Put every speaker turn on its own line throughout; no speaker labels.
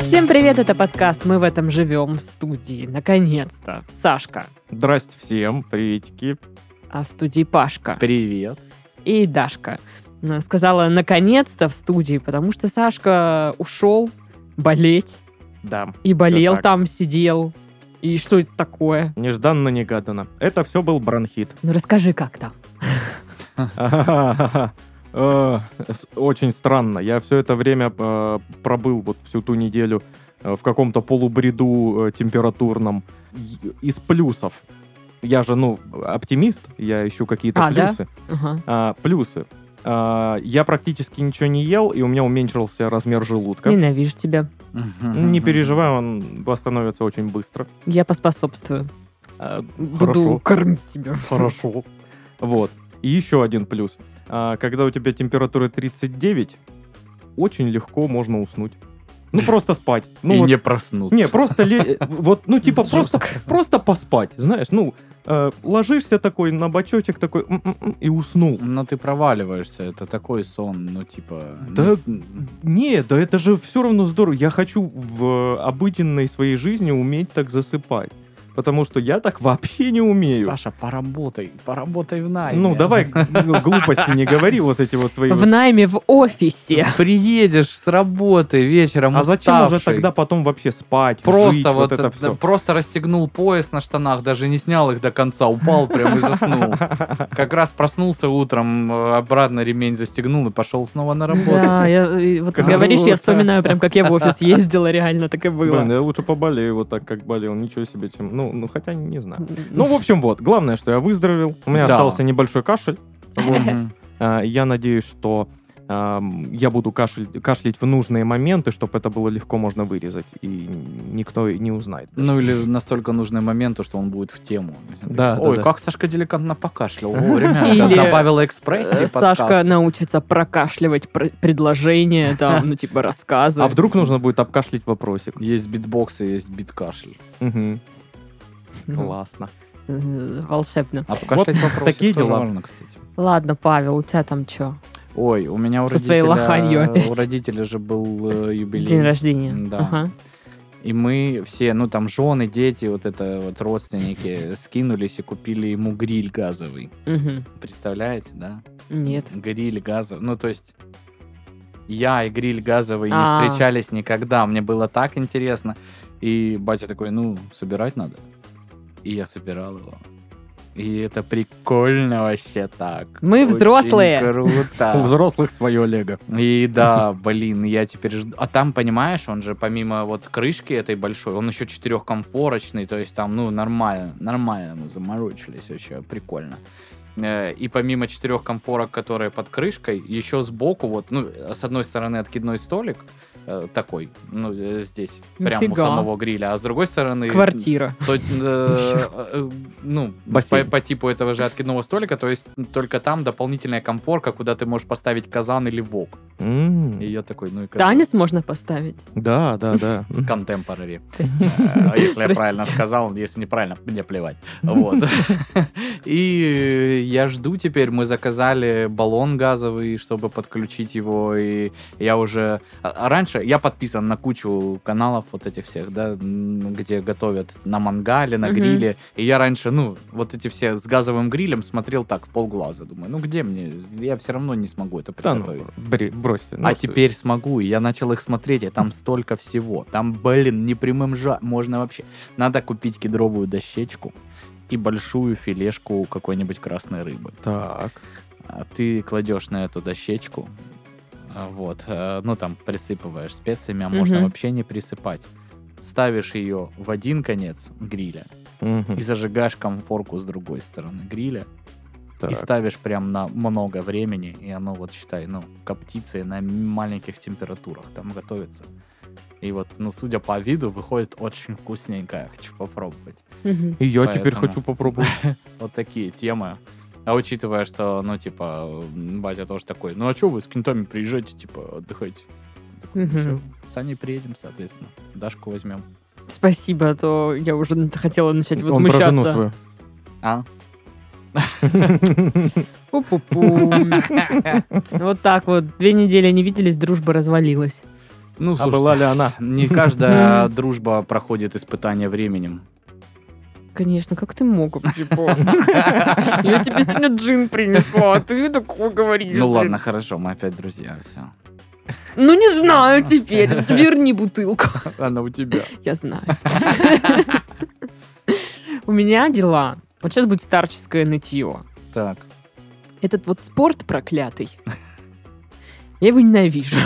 Всем привет, это подкаст «Мы в этом живем» в студии, наконец-то, Сашка,
Здрасте всем, приветики.
а в студии Пашка
Привет.
и Дашка. Э, Сказала «наконец-то» в студии, потому что Сашка ушел болеть
Да,
и болел
так.
там, сидел. И что это такое?
нежданно-негаданно. Это все был бронхит.
Ну расскажи, как там.
Э, с- Очень странно. Я все это время э, пробыл, вот всю ту неделю, э, в каком-то полубреду э, температурном. И- Из плюсов. Я же, ну, оптимист, я ищу какие-то
А, да?
плюсы.
Ага.
А, Плюсы. А, Я практически ничего не ел, и у меня уменьшился размер желудка.
Ненавижу тебя.
Не переживай, он восстановится очень быстро.
Я поспособствую.
А,
Буду кормить тебя.
Хорошо. Вот. И еще один плюс. А, Когда у тебя температура 39, очень легко можно уснуть. Ну, просто спать. Ну,
И
вот-
не проснуться.
не, просто ле- вот, ну, типа, просто,
Жестко.
просто поспать, знаешь, ну, э, ложишься такой на бочочек такой м-м-м, и уснул.
Но Ну, ты проваливаешься, это такой сон, ну типа...
Да,
ну,
Не, да это же все равно здорово. Я хочу в э, обыденной своей жизни уметь так засыпать. Потому что я так вообще не умею.
Саша, поработай, поработай в найме.
Ну, давай г- глупости не говори, вот эти вот свои.
В найме в офисе.
Приедешь с работы вечером
А зачем уже
уставший.
тогда потом вообще спать,
Просто
жить,
вот,
вот это
это-
все?
просто расстегнул пояс на штанах, даже не снял их до конца, упал прям и заснул. Как раз проснулся утром, э, обратно ремень застегнул и пошел снова на работу.
Да, я, и вот ты
Круто.
говоришь, я вспоминаю прям, как я в офис ездила, реально так и
Блин,
было.
я лучше поболею вот так, как болел, ничего себе, чем... Ну, ну хотя не знаю. Ну, в общем, вот, главное, что я выздоровел, у меня
Да.
остался небольшой кашель.
Мгм.
А, Я надеюсь, что ам, я буду кашель, кашлять в нужные моменты, чтобы это было легко можно вырезать, и никто и не узнает.
Ну или настолько нужный момент, то, что он будет в тему.
Да, да,
Ой,
да.
как Сашка деликатно покашлял. Вовремя.
Или,
Добавила
Э,
экспрессии. подкаст.
Сашка научится прокашливать пр- предложения, там, ну, типа, рассказы.
А вдруг нужно будет обкашлять вопросик?
Есть битбокс и есть биткашель.
Мгм.
Ну,
Классно.
э,
А
Волшебно.
Обкашлять
Вот
вопросы
такие
тоже
дела.
Важно, кстати.
Ладно, Павел, у тебя там что?
Ой, у меня у
Со своей
родителя- э,
лоханью опять.
У родителя же был э, юбилей.
День рождения.
Да.
Ага.
И мы все, ну там жены, дети, вот это вот родственники скинулись и купили ему гриль газовый.
Мгм.
Представляете, да?
Нет.
Гриль газовый. Ну, то есть я и гриль газовый
А.
не встречались никогда. Мне было так интересно. И батя такой, ну, собирать надо. И я собирал его. И это прикольно вообще так.
Мы
Очень
взрослые.
У
Круто.
взрослых свое лего.
И да, блин, я теперь жду. А там, понимаешь, он же помимо вот крышки этой большой, он еще четырехкомфорочный, то есть там, ну, нормально, нормально мы заморочились вообще, прикольно. Э, И помимо четырех комфорок, которые под крышкой, еще сбоку вот, ну, с одной стороны откидной столик э, такой, ну, э, здесь, прямо у
Нифига.
самого гриля, а с другой стороны...
Квартира.
То, э, э, ну, по,
Бассейн.
по типу этого же откидного столика, то есть только там дополнительная комфорка, куда ты можешь поставить казан или вок.
М,
И я такой, ну и как
Танец можно поставить.
Да, да, да.
бы Contemporary.
Прости.
Э, Если я
Простите.
правильно сказал, если неправильно, мне плевать. Вот. И э, я жду теперь. Мы заказали баллон газовый, чтобы подключить его. И я уже... а- а Раньше я подписан на кучу каналов вот этих всех, да, м, где готовят на мангале, на
Мгм.
гриле. И я раньше, ну, вот эти все с газовым грилем смотрел так, в полглаза. Думаю, ну где мне? Я все равно не смогу это
Да,
приготовить.
ну, бри- бросьте. ну,
А теперь смогу, и я начал их смотреть, и там столько всего. Там, блин, непрямым жа... Можно вообще... Надо купить кедровую дощечку и большую филешку какой-нибудь красной рыбы.
Так.
А ты кладешь на эту дощечку, а, вот, э, ну там присыпываешь специями, а можно
Мгм.
вообще не присыпать. Ставишь ее в один конец гриля
Мгм.
и зажигаешь комфорку с другой стороны гриля и
Так.
ставишь прям на много времени, и оно вот, считай, ну, коптится и на маленьких температурах там готовится. И вот, ну, судя по виду, выходит очень вкусненько. Я хочу попробовать.
Мгм.
И я теперь
Поэтому.
хочу попробовать.
Вот такие темы. А учитывая, что, ну, типа, м, батя тоже такой, ну, а что вы с кентами приезжаете, типа, отдыхайте. Я такой, «Ну,
Мгм.
«Всё, С Аней приедем, соответственно. Дашку возьмем.
Спасибо, а то я уже хотела начать
Он про жену
Ну,
возмущаться.
свою.
А?
Пу-пу-пу. Вот так вот. Две недели не виделись, дружба развалилась.
Ну,
А
слушайте,
была ли она?
не каждая дружба проходит испытание временем.
Конечно, как ты мог вообще помнить? Я тебе сегодня джин принесла, а ты такое говоришь.
Ну
блин.
ладно, хорошо, мы опять друзья, все.
Ну не знаю теперь. Верни бутылку.
Она у тебя.
Я знаю. У меня дела. Вот сейчас будет старческое нытье.
Так.
Этот вот спорт проклятый. Я его ненавижу.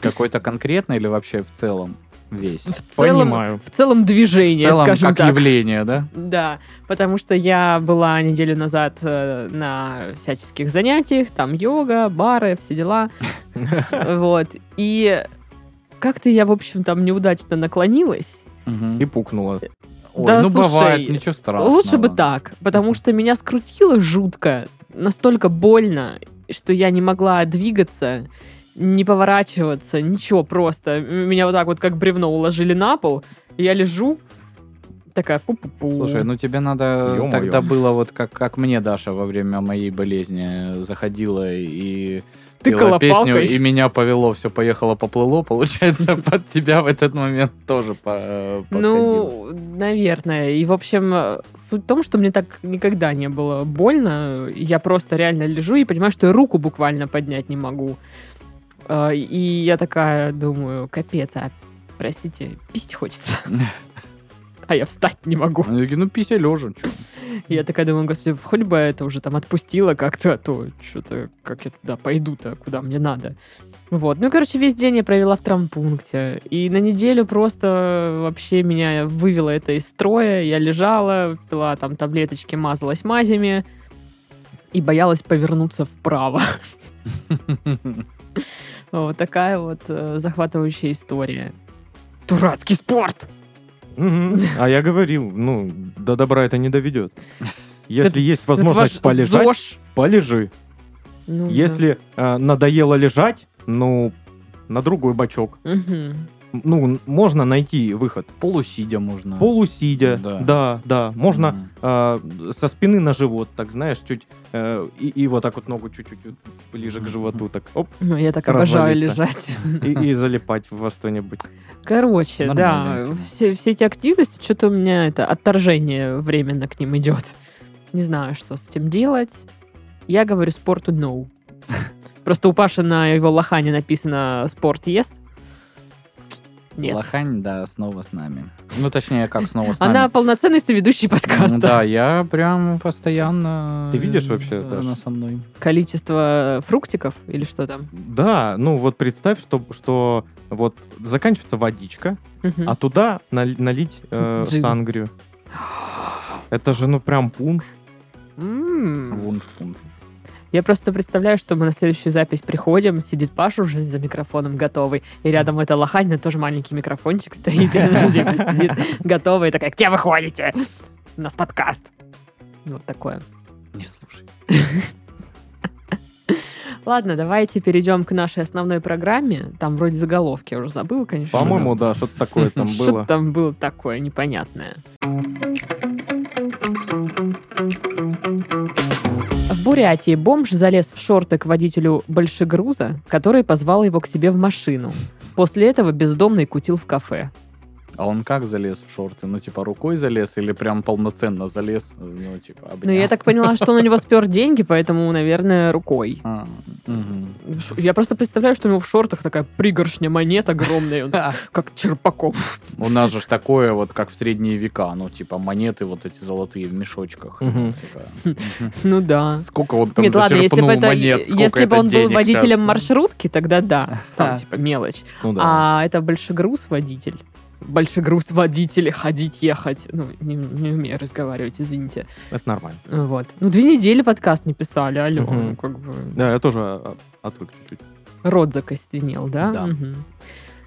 Какой-то конкретно или вообще в целом весь?
В целом,
Понимаю.
в целом
В
движение,
целом,
скажем
как
так.
явление, да?
Да, потому что я была неделю назад э, на всяческих занятиях, там йога, бары, все дела. Вот. И как-то я, в общем, там неудачно наклонилась.
Мгм.
И пукнула.
Э,
Ой,
Да,
ну
слушай,
бывает, ничего страшного.
Лучше бы так, потому что меня скрутило жутко, настолько больно, что я не могла двигаться, не поворачиваться, ничего просто. Меня вот так вот как бревно уложили на пол, и я лежу, такая пу-пу-пу.
Слушай, ну тебе надо
Ё-моё.
тогда было вот как, как мне Даша во время моей болезни заходила и пела
Тыкала
песню,
палкой.
и меня повело, все поехало, поплыло. Получается, под тебя в этот момент тоже по- э, подходило.
Ну, наверное. И, в общем, э, суть в том, что мне так никогда не было больно. Я просто реально лежу и понимаю, что я руку буквально поднять не могу. А, И я такая думаю, капец, а, простите, пить хочется. А я встать не могу.
Они такие, ну пися лежа.
И Я такая думаю, господи, хоть бы это уже там отпустила как-то, а то что-то, как я туда пойду-то, куда мне надо. Вот. Ну, и, короче, весь день я провела в травмпункте. И на неделю просто вообще меня вывело это из строя. Я лежала, пила там таблеточки, мазалась мазями и боялась повернуться вправо. Вот такая вот э, захватывающая история. Дурацкий спорт!
Мгм. А я говорил, ну, до добра это не доведет.
Этот-
Если есть
Это ваш
возможность полежать,
ЗОЖ.
полежи.
Ну да.
Если э, надоело лежать, ну, на другой бачок.
Мгм.
М, Ну, н- можно найти выход.
Полусидя можно.
Полусидя,
Да.
да, да. Можно
Мгм.
а, со спины на живот, так знаешь, чуть э, и, и вот так вот ногу чуть-чуть вот ближе к животу, так оп,
Ну, я так обожаю
Развалиться.
лежать.
и, и залипать во что-нибудь.
Короче,
Нормальная
да,
тема.
все, все эти активности, что-то у меня это отторжение временно к ним идет. Не знаю, что с этим делать. Я говорю спорту no. Просто у Паши на его лохане написано спорт yes. Нет.
Лохань, да, снова с нами. Ну, точнее, как снова с
Она
нами.
полноценный соведущий подкаста.
М, Ну Да, я прям постоянно...
Ты видишь
э,
вообще,
да,
Даш?
Она со мной.
Количество фруктиков или что там.
Да, ну вот представь, что, что вот заканчивается водичка,
Мгм.
а туда наль- налить э,
Джин.
сангрию. Это же ну прям пунш.
М.
Вунш-пунш.
Я просто представляю, что мы на следующую запись приходим, сидит Паша уже за микрофоном готовый, и рядом эта лохань, тоже маленький микрофончик стоит, и она типа сидит готовая, и такая, где вы ходите? У нас подкаст. Ну, Вот такое.
Не слушай.
Ладно, давайте перейдем к нашей основной программе. Там вроде заголовки, я уже забыла, конечно.
По-моему, да, что-то такое
Ну,
там
Что
было.
там было такое непонятное? В Бурятии бомж залез в шорты к водителю большегруза, который позвал его к себе в машину. После этого бездомный кутил в кафе.
А он как залез в шорты? Ну, типа, рукой залез или прям полноценно залез? Ну, типа,
Ну, я
обнял?
так поняла, что он у него спер деньги, поэтому, наверное, рукой.
А, мгм.
Ш- Я просто представляю, что у него в шортах такая пригоршня монет огромная, и он
Ха,
как черпаком.
У нас же ж такое, вот как в средние века, ну, типа, монеты вот эти золотые в мешочках.
Мгм.
Такая.
Ну да.
Сколько он там
Нет, ладно, если
зачерпнул
бы, это,
монет, сколько
если бы
это
он был
денег
водителем
щас.
маршрутки, тогда да.
Да.
Там, типа, мелочь.
Ну да.
А это большегруз водитель. Большегруз водитель, ходить, ехать. Ну, не, не умею разговаривать, извините.
Это нормально.
Вот. Ну, две недели подкаст не писали, алло.
Мгм.
Ну, как бы
Да, я тоже а, отвык чуть-чуть.
рот закостенел, да?
Да.
Мгм.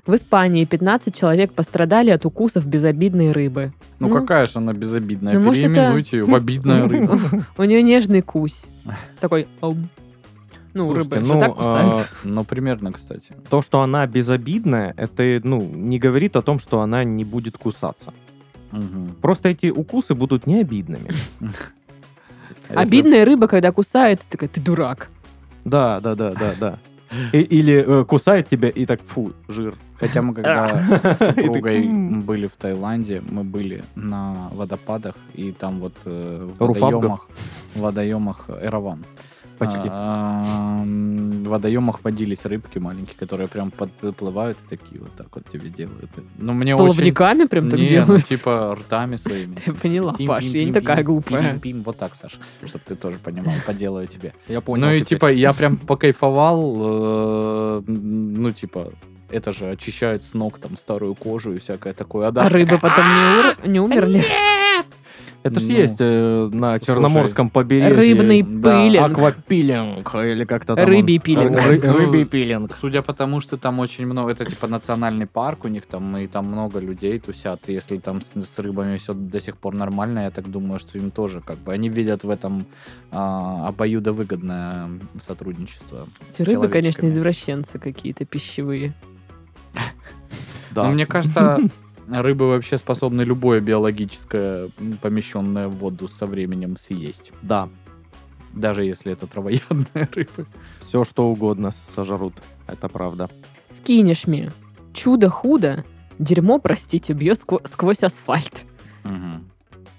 В Испании 15 человек пострадали от укусов безобидной рыбы.
Ну,
Ну.
какая же она безобидная.
Ну, может, это- Ну,
Переименуйте ее в обидную рыбу.
У нее нежный кусь. Такой «Ам». Ну,
Слушайте,
рыбы же
ну,
так кусают.
а,
Ну, примерно, кстати.
То, что она безобидная, это, ну, не говорит о том, что она не будет кусаться.
Мгм.
А Просто эти укусы будут не обидными.
Если-
Обидная рыба, когда кусает, ты такая, ты дурак.
Да, да, да, да, да. И- Или э, кусает тебя и так, фу, жир.
Хотя мы когда с
И ты,
супругой
«М».
были в Таиланде, мы были на водопадах, и там вот э, в
Руфабга.
водоемах, в водоемах Эраван.
Почти.
А, м, В водоемах водились рыбки маленькие, которые прям подплывают и такие вот так вот тебе делают. Ну, мне очень...
Плавниками прям так
Не, ну,
делают.
типа ртами своими.
Я поняла,
Пим,
Паш,
пим,
я не
пим,
такая
пим,
глупая.
пим, пим. Вот так, Саш, чтобы ты тоже понимал, поделаю тебе.
Я
Ну и типа я прям покайфовал, э, ну типа это же очищает с ног там старую кожу и всякое такое. А
А
даже
рыбы потом не ур- не умерли.
Это же
ну.
есть э, на
Слушай,
Черноморском побережье.
Рыбный
да,
пылинг.
Аквапилинг, или как-то там он- э,
Рыбий пилинг.
Ры-
Ну,
Рыбий пилинг.
Судя по тому, что там очень много, это типа национальный парк у них там, и там много людей тусят, и если там с, с рыбами все до сих пор нормально, я так думаю, что им тоже как бы, они видят в этом а, обоюдовыгодное сотрудничество. с
Эти Рыбы, конечно,
человечками.
извращенцы какие-то пищевые.
Да.
Но мне кажется, рыбы вообще способны любое биологическое, м, помещенное в воду со временем съесть.
Да.
Даже если это травоядные рыбы.
Все, что угодно сожрут. Это правда.
В Кинешме чудо худо, дерьмо, простите, бьет скво- сквозь асфальт.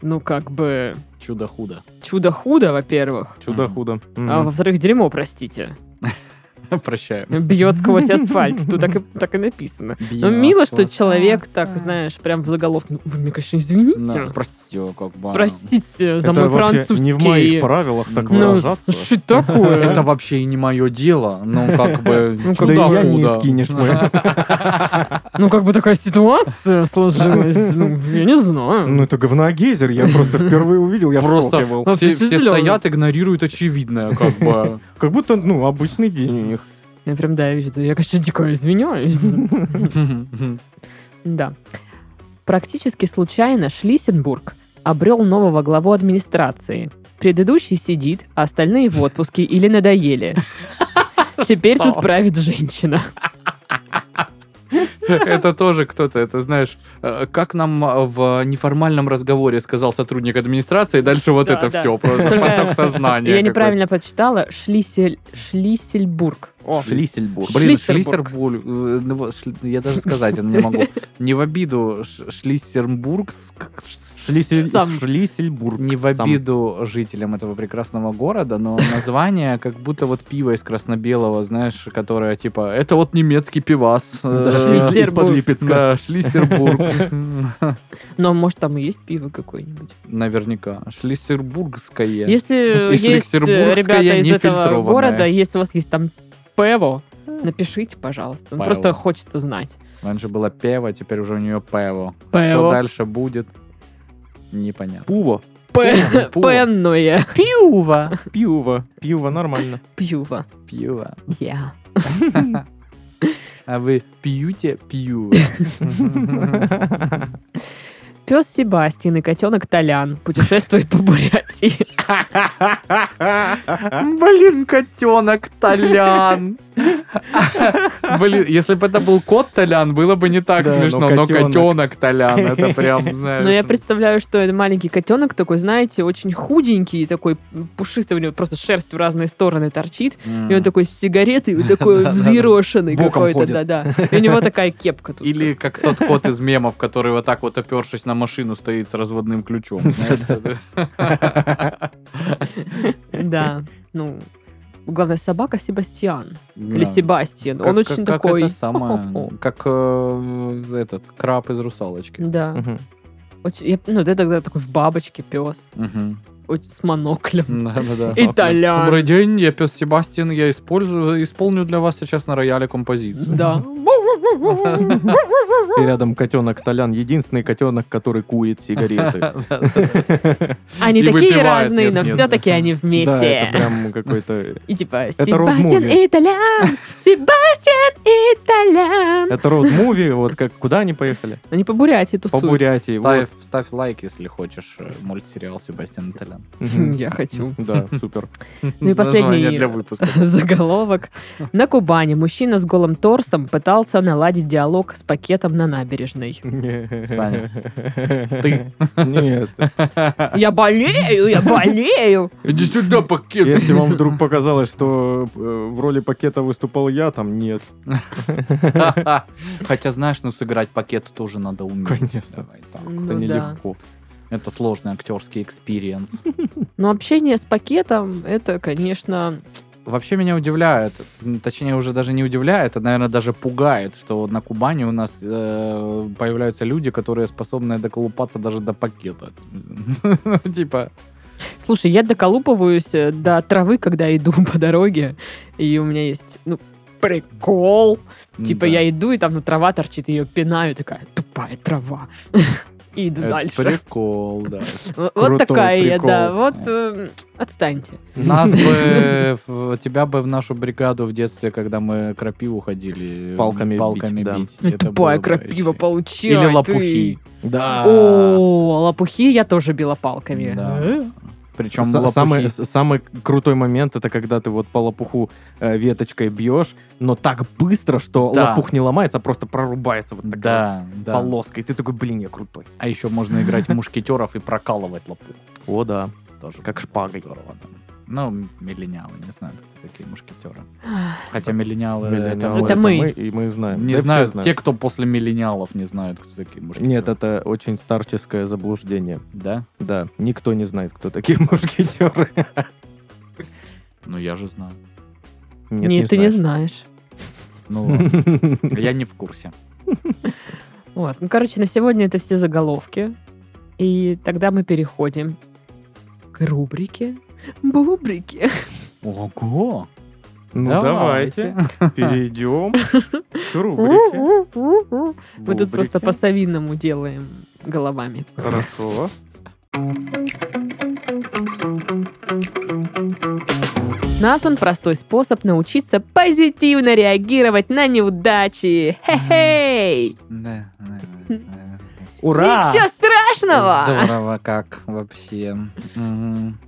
Ну, как бы,
Чудо-худо.
чудо худо, во-первых,
Чудо-худо.
а
Мгм.
во-вторых, дерьмо, простите,
Прощаю.
бьет сквозь асфальт. Тут так и, так и написано. Но
Бьёт
Ну, мило, что
сквозь
человек
асфальт.
так, знаешь, прям в заголовке. «Ну, Вы мне, конечно, извините.
Да, Простите, как бы.
Простите за
Это
мой
вообще
французский.
Не в моих правилах так
Ну,
ну,
выражаться.
что это такое?
Это вообще и не мое дело. Ну, как бы...
Ну,
Да
как
и
бы-
я не
чудо-худо.
из Кинешмы.
Ну, как бы такая ситуация сложилась. Ну, я не знаю.
Ну, это говногейзер, я просто впервые увидел, я
Просто
просто был.
все,
Вообще
все
зелёный.
стоят, игнорируют очевидное, как бы.
Как будто, ну, обычный день у них.
Я прям, да, я вижу, да, я, конечно, дико извиняюсь. Да. Практически случайно Шлиссенбург обрел нового главу администрации. Предыдущий сидит, а остальные в отпуске или надоели. Теперь тут
Стало.
правит женщина.
Это тоже кто-то, это знаешь, э, как нам э, в неформальном разговоре сказал сотрудник администрации, дальше вот
Да,
это
да.
все, просто
Только
поток сознания.
Я
какой-то.
неправильно прочитала. Шлиссель... Шлиссельбург.
Шлиссельбург.
Блин,
Шлиссербург.
Шлиссербург. э, ну вот, шли- Я даже сказать это не могу. Не в обиду Ш- Шлиссербург. с- к- ш-
Шлисель-
Сам.
Шлиссельбург.
Не в
Сам.
обиду жителям этого прекрасного города, но название как будто вот пиво из красно-белого, знаешь, которое типа, это вот немецкий пивас.
Да,
э,
Шлиссербург.
из-под Липецка.
Да, Шлиссербург.
Но, может, там и есть пиво какое-нибудь.
Наверняка. Шлиссербургское.
Если
И
есть э,
шлиссербургское
ребята из этого
нефильтрованное.
города, если у вас есть там пиво, напишите, пожалуйста. Ну,
Пиво.
Просто хочется знать.
Раньше было пево, теперь уже у нее пево.
Пево.
Что дальше будет? Непонятно.
Пуво.
Пе-
Пиво.
Пенное
Пиво.
Пиво. Пиво нормально.
пиво.
Пиво.
Я.
А вы пьете пиво?
Пес Себастьян и котенок Толян путешествуют по Бурятии.
Блин, котенок Толян. Блин, если бы это был кот Толян, было бы не так
Да, но
смешно, но
котенок.
котенок Толян, это прям, знаешь...
Но ну я представляю, что это маленький котенок такой, знаете, очень худенький, такой пушистый, у него просто шерсть в разные стороны торчит.
М.
И он такой с сигаретой, вот такой
Да-да-да.
взъерошенный
Боком
какой-то,
ходит.
да-да. И у него такая кепка тут.
Или как тот кот из мемов, который вот так вот опершись на машину стоит с разводным ключом.
Да, ну... Главное, собака Себастьян. Или Себастьян. Он очень такой...
Как это самое, как э, этот, краб из «Русалочки».
Да.
Мгм.
Очень- я- Ну, это тогда такой в бабочке пес.
Мгм.
Очень- С моноклем.
Да-да-да.
Итальян.
Добрый день, я пес Себастьян, я использую, исполню для вас сейчас на рояле композицию.
Да.
И рядом котенок Толян. Единственный котенок, который курит сигареты.
Они
И
такие
выпивает,
разные,
нет,
но
нет,
все-таки
да.
они
Да, это
вместе.
прям какой-то...
И типа, Себастьян
рок-муви.
и Толян, Себастьян и Толян.
Это роуд-муви, вот как куда они поехали?
Они по Бурятии
По
тусуют.
Бурятии.
Ставь,
вот.
ставь лайк, если хочешь, э, мультсериал Себастьян Толян.
Хм,
Мгм.
Я хочу.
Да, супер.
Ну и последний
Название для выпуска.
заголовок. На Кубани мужчина с голым торсом пытался нало- наладить диалог с пакетом на набережной.
Саня.
Саня. Ты.
Нет.
Я болею, я болею.
Иди сюда, пакет.
Если вам вдруг показалось, что э, в роли пакета выступал я, там нет.
Хотя, знаешь, ну сыграть пакет тоже надо уметь.
Конечно.
Давай так.
Это
Ну да.
нелегко.
Это сложный актерский экспириенс.
Но общение с пакетом, это, конечно...
Вообще меня удивляет, м, точнее уже даже не удивляет, а, наверное, даже пугает, что на Кубани у нас э, появляются люди, которые способны доколупаться даже до пакета. Ну, Типа,
Слушай, я доколупываюсь э, до травы, когда иду по дороге, и у меня есть, ну, прикол. Типа
да.
я иду, и там ну, трава торчит, ее пинаю, такая тупая трава. И иду
Это
дальше.
Прикол, да.
В-
крутой
Вот такая я, да.
прикол.
Вот э, отстаньте.
Нас бы, в- тебя бы в нашу бригаду в детстве, когда мы крапиву ходили,
палками бить,
палками
да.
бить. это
Ну, Тупая
было бы
крапива
вообще.
получила.
Или
ты.
лопухи.
Да.
О, лопухи я тоже била палками.
Да.
Э?
Причем
Са-
лопухи.
самый, с- самый крутой момент это когда ты вот по лопуху э, веточкой бьешь, но так быстро, что
Да.
лопух не ломается, а просто прорубается вот такая
Да,
вот
да.
полоска. И ты такой, блин, я крутой.
А еще можно играть в мушкетеров и прокалывать лопух.
О, да.
Тоже
Как
было
шпагой.
Здорово. да. Ну, миллениалы, не знаю, кто такие мушкетеры. Хотя миллениалы...
Миллениалы
Э, это мы.
И мы знаем.
Не
Да все
знаю,
знают.
те, кто после миллениалов не знают, кто такие мушкетеры.
Нет, это очень старческое заблуждение.
Да?
Да, никто не знает, кто такие мушкетеры.
Ну, я же знаю.
Нет,
Нет, ты не
знаешь.
знаешь.
Ну, ладно. я не в курсе.
Вот. Ну, короче, на сегодня это все заголовки. И тогда мы переходим к рубрике Бубрики.
Ого!
Ну, давайте перейдем к рубрике.
Мы тут просто
Бубрики.
по-совиному делаем головами.
Хорошо.
Назван простой способ научиться позитивно реагировать на неудачи. Хе-хей!
Да, да, да.
Ура!
Ничего страшного!
Здорово как вообще. Мгм.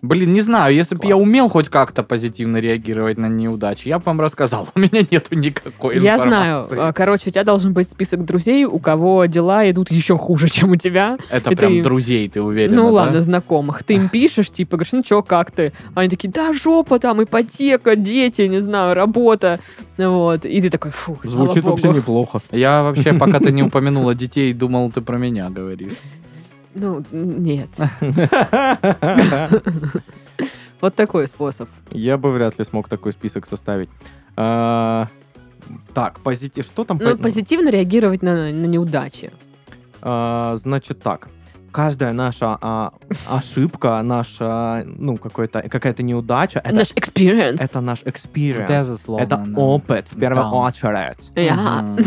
Блин, не знаю, если бы я
Класс.
умел хоть как-то позитивно реагировать на неудачи, я бы вам рассказал. У меня нету никакой
Я знаю.
информации.
А, Короче, у тебя должен быть список друзей, у кого дела идут еще хуже, чем у тебя.
Это
и
прям
ты-
друзей, ты уверен?
ну ладно, знакомых. Ты им пишешь, типа, говоришь, ну чё, как ты? Они такие, да жопа там, ипотека, дети, не знаю, работа. Вот. И ты такой, фу, слава
Звучит
богу.
вообще неплохо.
Я вообще, пока ты не упомянула детей, думал, ты про меня говоришь.
Ну, нет. Вот такой способ.
Я бы вряд ли смог такой список составить. А, Так, позитив. Что там?
Ну,
по-
позитивно реагировать на, на неудачи.
А, Значит так. Каждая наша а, ошибка, наша, ну, какой-то, какая-то неудача, это,
Наш experience.
это наш experience.
Безусловно.
Это
да.
опыт, в первую
Да.
очередь.
Я-
Мгм.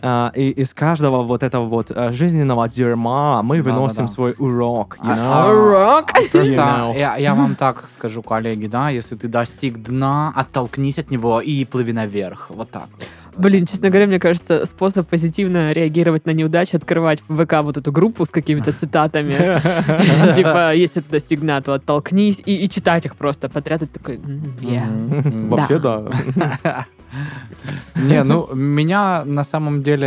А, и из каждого вот этого вот э, жизненного дерьма мы
Да-да-да.
выносим свой урок. you
А-
know?
Урок.
Просто
You know.
я, я вам так скажу, коллеги, да, если ты достиг дна, оттолкнись от него и плыви наверх. Вот так. вот.
Блин, честно говоря, мне кажется, способ позитивно реагировать на неудачи открывать в ВК вот эту группу с какими-то цитатами. Типа, если ты достиг дна, то оттолкнись. И и читать их просто подряд. И ты такой, «М, я».
Мгм.
Вообще, да.
Не, ну, меня на самом деле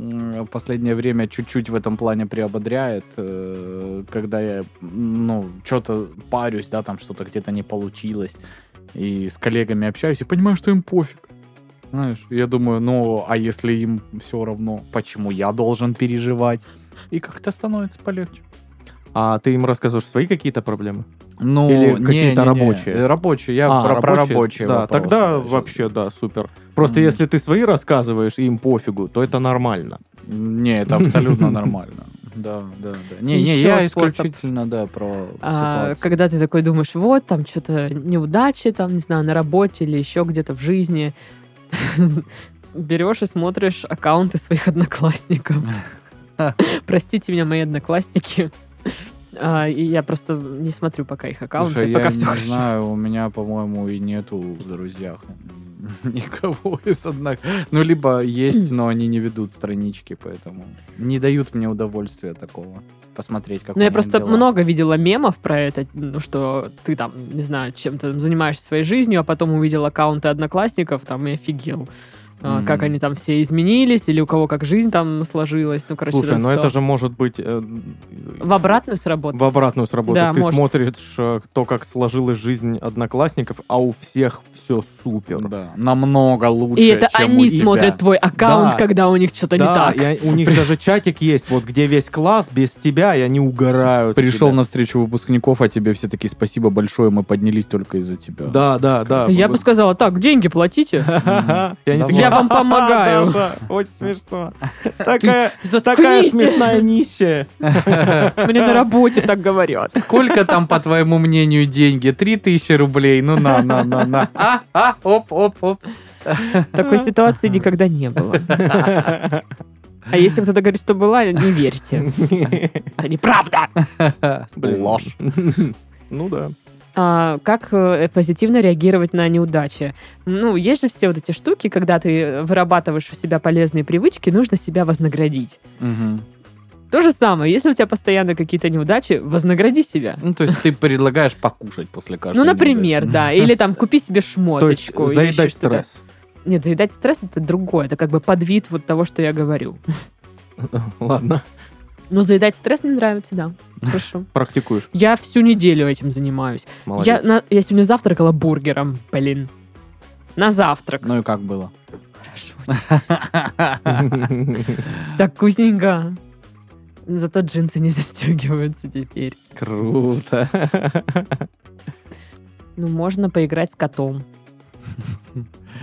м, последнее время чуть-чуть в этом плане приободряет, э, когда я, ну, что-то парюсь, да, там что-то где-то не получилось, и с коллегами общаюсь, и понимаю, что им пофиг. Знаешь, я думаю, ну, а если им все равно, почему я должен переживать? И как-то становится полегче.
А ты им рассказываешь свои какие-то проблемы?
Ну,
Или
не,
какие-то
не, не.
рабочие?
Рабочие, я
А,
про, про
рабочие?
рабочие
Да,
вопросы,
тогда
щас.
вообще, да, супер. Просто
Мгм.
если ты свои рассказываешь, и им пофигу, то это нормально.
Не, это абсолютно нормально. Да, да, да. Не, не,
Ещё
я
способ.
исключительно, да, про
А,
ситуацию.
Когда ты такой думаешь, вот, там что-то неудачи, там, не знаю, на работе или еще где-то в жизни, С- берешь и смотришь аккаунты своих одноклассников. Простите меня, мои одноклассники. А, и я просто не смотрю пока их аккаунты,
Слушай,
пока
я
все
не
хорошо.
знаю, у меня, по-моему, и нету в друзьях никого из одних. Ну, либо есть, но они не ведут странички, поэтому не дают мне удовольствия такого посмотреть, как
Ну,
у
я
них
просто
дела.
много видела мемов про это, ну, что ты там, не знаю, чем-то там занимаешься своей жизнью, а потом увидел аккаунты одноклассников там и офигел. а,
Мгм.
как они там все изменились, или у кого как жизнь там сложилась. Ну, короче,
Слушай,
там
ну
всё.
это же может быть... э,
В обратную сработать.
В обратную сработать.
Да,
Ты
может.
смотришь э, то, как сложилась жизнь одноклассников, а у всех все супер.
Да, намного лучше,
И это
чем у
они
тебя.
смотрят твой аккаунт,
Да.
когда у них что-то не
да,
так.
и они- у них даже чатик есть, вот где весь класс без тебя, и они угорают. с
Пришел
тебя.
на встречу выпускников, а тебе все такие спасибо большое, мы поднялись только из-за тебя.
Да, да, да.
Я бы сказала, так, деньги платите.
И они
Давай.
такие,
Я вам
«Ха-ха-ха,
помогаю».
да, да, Очень смешно. Такая такая
Заткнись!
смешная нищая.
Мне на работе так говорят.
Сколько там, по твоему мнению, деньги? Три тысячи рублей. Ну на, на, на, на. А, а, оп, оп, оп.
Такой ситуации никогда не было. А если кто-то говорит, что была, не верьте. Это неправда.
Блин.
Ложь.
Ну да.
А, как э, позитивно реагировать на неудачи? Ну, есть же все вот эти штуки, когда ты э, вырабатываешь у себя полезные привычки, нужно себя вознаградить.
Мгм.
То же самое, если у тебя постоянно какие-то неудачи, вознагради себя.
Ну, то есть ты предлагаешь покушать после каждого.
Ну, например, да. Или там купи себе
То есть
шмоточку. или
заедать
еще что-то.
стресс.
Нет, заедать стресс это другое. Это как бы подвид вот того, что я говорю.
Ладно,
Ну, заедать стресс мне нравится, да. Хорошо.
практикуешь.
Я всю неделю этим занимаюсь. Я,
Молодец.
на- я сегодня завтракала бургером, блин. На завтрак.
Ну и как было?
Хорошо. Так вкусненько. Зато джинсы не застегиваются теперь.
Круто.
Ну, можно поиграть с котом.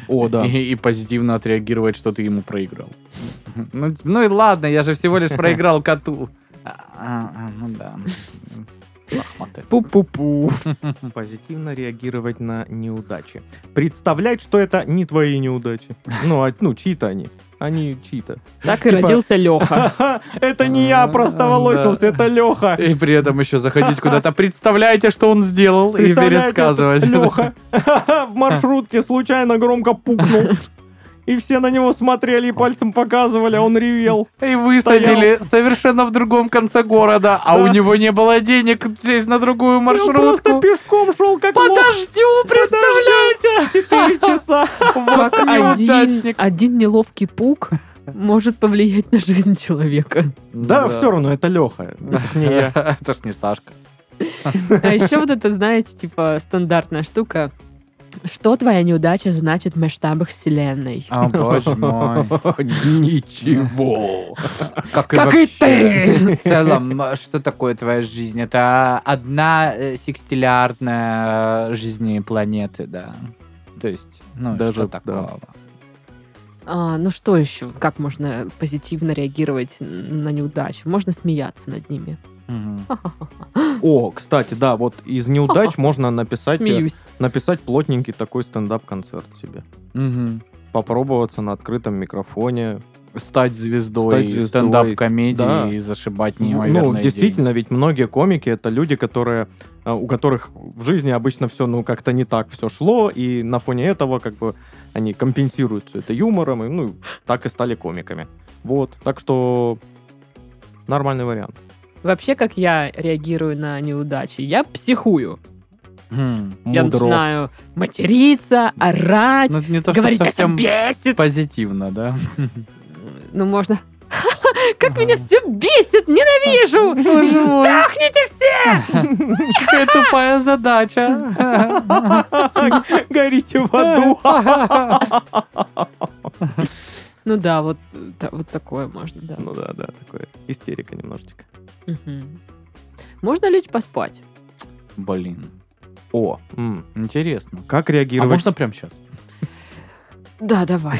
О, да.
И, и позитивно отреагировать, что ты ему проиграл. Ну, ну и ладно, я же всего лишь проиграл коту. А, а, ну да. Шахматы.
Пу-пу-пу.
Позитивно реагировать на неудачи. Представлять, что это не твои неудачи. Ну, а- ну чьи-то они. Они чьи-то.
Так и
Типа-
родился Леха.
Это не я просто волосился, это Леха.
И при этом еще заходить куда-то. Представляете, что он сделал, и пересказывать.
Леха в маршрутке случайно громко пукнул. И все на него смотрели и пальцем показывали, а он ревел.
И высадили совершенно в другом конце города, а
Да.
у него не было денег сесть на
Ну,
другую
Я просто
маршрутку.
пешком шел, как лох,
Подождю, представляете?
4 часа.
Как один,
неудачник.
один неловкий пук может повлиять на жизнь человека.
Да, все равно, это Леха.
Это ж не Сашка.
А еще вот это, знаете, типа стандартная штука. Что твоя неудача значит в масштабах вселенной?
О, боже мой.
Ничего.
Как,
Как и ты!
В целом, э, что такое твоя жизнь? Это одна э, секстиллиардная э, жизни планеты, да. То есть, ну,
Даже
что
да.
такого?
А, ну что еще? Как можно позитивно реагировать на неудачу? Можно смеяться над ними.
Мгм.
О, кстати, да, вот из неудач можно написать, э,
Смеюсь.
написать плотненький такой стендап-концерт себе.
Мгм.
Попробоваться на открытом микрофоне.
Стать звездой,
Стать звездой,
стендап-комедии
да.
и зашибать неимоверные
Ну, действительно, ведь многие комики это люди, которые э, у которых в жизни обычно все, ну, как-то не так все шло, и на фоне этого, как бы, они компенсируют все это юмором, и, ну, так и стали комиками. Вот, так что нормальный вариант.
Вообще, как я реагирую на неудачи? Я психую.
деньги. Мгм.
Я
Мудро.
начинаю материться, орать,
Ну, это не то, что
говорить, это
совсем
бесит.
позитивно, да?
Ну, можно... Как
Ага.
меня все бесит! Ненавижу! Сдохните все!
Какая тупая задача.
Горите в аду.
Ну да, вот, э, та- вот такое можно, да.
Ну да, да, такое истерика немножечко.
Мгм. Можно лечь поспать?
Блин,
О, м,
интересно.
как
А
реагировать?
можно прямо сейчас?
Да, давай.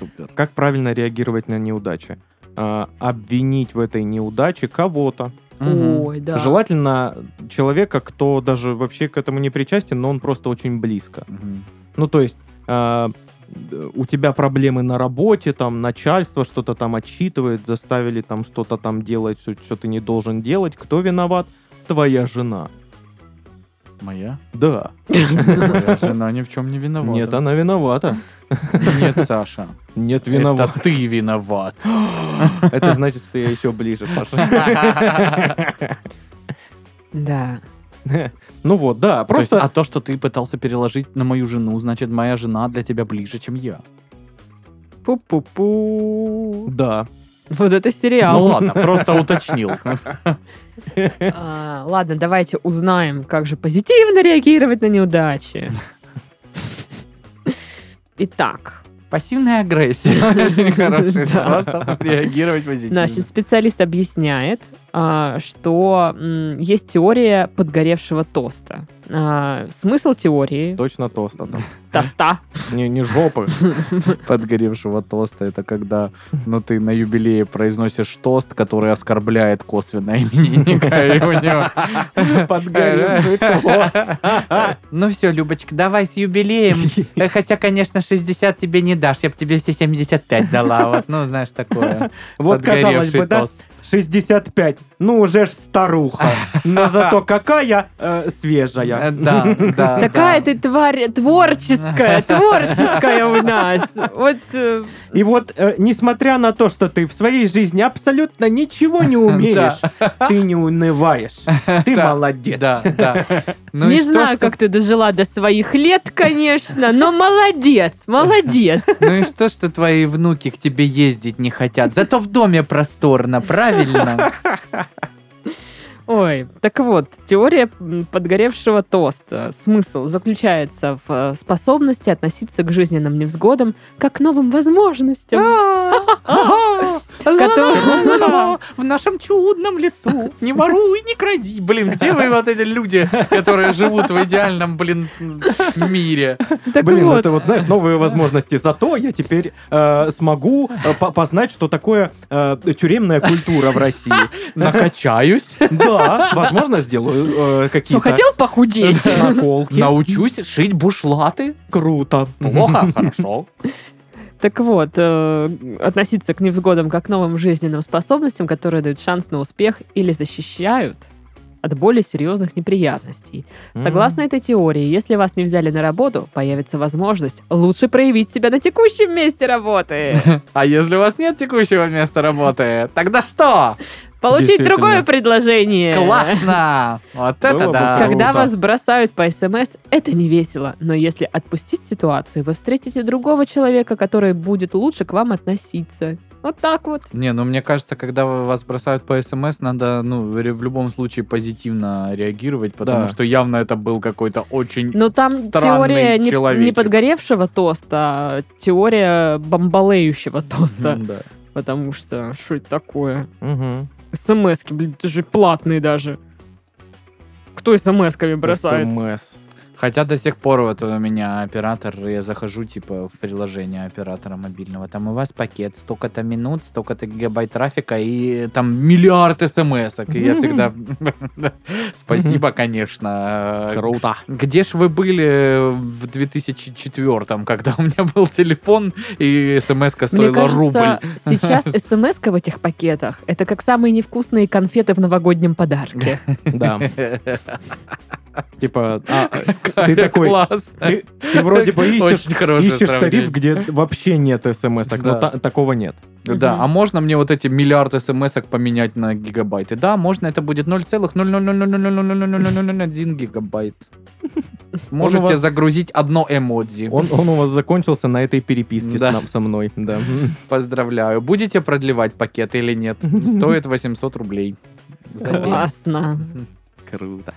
Супер.
Как правильно реагировать на неудачи? А, обвинить в этой неудаче кого-то.
Мгм.
Ой, да.
Желательно человека, кто даже вообще к этому не причастен, но он просто очень близко.
Мгм.
Ну, то есть, а, д- у тебя проблемы на работе, там, начальство что-то там отчитывает, заставили там что-то там делать, что, что ты не должен делать. Кто виноват? Твоя жена.
Моя?
Да.
Моя жена ни в чем не виновата.
Нет, а она виновата.
Нет, Саша.
Нет, виновата.
Это ты виноват.
Это значит, что я еще ближе, Паша.
Да.
Ну вот, да,
То есть,
просто...
а то, что ты пытался переложить на мою жену, значит, моя жена для тебя ближе, чем я.
Пу-пу-пу.
Да.
Вот это
Ну
сериал.
ладно, просто уточнил.
А, Ладно, давайте узнаем, как же позитивно реагировать на неудачи. Итак,
Пассивная агрессия. Очень хороший
Да.
способ реагировать позитивно.
Значит, специалист объясняет, а, что м, есть теория подгоревшего тоста. А, Смысл теории
Точно тоста там.
тоста.
Не, не жопы.
подгоревшего тоста. Это когда, ну, ты на юбилее произносишь тост, который оскорбляет косвенно именинника, и у него...
Подгоревший тост.
Ну все, Любочка, давай с юбилеем. Э, Хотя, конечно, 60 тебе не дашь, я бы тебе все 75 дала. Вот, ну, знаешь, такое.
Вот, казалось
Подгоревший
бы, да,
тост.
65. Ну, уже ж старуха. Но зато какая э,
Э,
свежая.
Да, да.
Такая
да.
ты тварь творческая, творческая у нас. Вот э,
И вот, э, несмотря на то, что ты в своей жизни абсолютно ничего не умеешь, ты не унываешь. Ты
Да,
молодец.
Да, да. Ну и
не
что,
знаю,
что-
как ты дожила до своих лет, конечно, но молодец, молодец.
Ну и что, что твои внуки к тебе ездить не хотят? Зато в доме просторно, правильно?
Ой, так вот, теория м, подгоревшего тоста. Смысл заключается в э, способности относиться к жизненным невзгодам как к новым возможностям.
Ла-ла-ла-ла-ла, В нашем чудном лесу. Не воруй, не кради. Блин, где вы вот эти люди, которые живут в идеальном, блин, мире?
Так
Блин, ну
вот,
это вот, знаешь, новые возможности. Зато я теперь э, смогу э, по- познать, что такое э, тюремная культура в России.
Накачаюсь,
Да, возможно, сделаю э,
что
какие-то
Ну, хотел похудеть?
наколки.
научусь шить бушлаты.
Круто.
Плохо, хорошо.
Так вот, э, относиться к невзгодам как к новым жизненным способностям, которые дают шанс на успех или защищают от более серьезных неприятностей. Согласно этой теории, если вас не взяли на работу, появится возможность лучше проявить себя на текущем месте работы.
А если у вас нет текущего места работы, тогда что?
Получить
Действительно.
другое предложение.
Классно! Вот
Было
это
бы круто.
да!
Когда вас бросают по СМС, это не весело. Но если отпустить ситуацию, вы встретите другого человека, который будет лучше к вам относиться. Вот так вот.
Не, ну мне кажется, когда вы- вас бросают по СМС, надо, ну, ре- в любом случае позитивно реагировать, потому
Да.
что явно это был какой-то очень...
Но там
Странный
теория не, не
человечек.
подгоревшего тоста, а теория бомбалеющего тоста.
М, да.
Потому что, что это такое?
Мгм.
СМСки, блин, это же платные даже. Кто СМСками бросает?
СМС.
Хотя до сих пор вот у меня оператор, я захожу, типа, в приложение оператора мобильного, там у вас пакет, столько-то минут, столько-то гигабайт трафика, и там миллиард смс И я всегда... Спасибо, конечно. э,
Круто.
Где ж вы были э, в 2004-м, когда у меня был телефон и смс-ка
Мне
стоила
кажется,
рубль?
сейчас смс в этих пакетах это как самые невкусные конфеты в новогоднем подарке.
Да. Типа, а,
Какая
такой,
классная.
ты, ты вроде бы ищешь,
Очень хорошее
ищешь тариф,
сравнение.
где вообще нет смс, но
Да.
та- такого нет.
Да,
Мгм.
а можно мне вот эти миллиард смс поменять на гигабайты? Да, можно, это будет 0,000000001 гигабайт.
Он у
Можете
вас-
загрузить одно эмодзи.
Он, он у вас закончился на этой переписке с
Да.
нам- со мной. Да.
Поздравляю. Будете продлевать пакет или нет? Стоит 800 рублей. за день.
Классно.
Круто.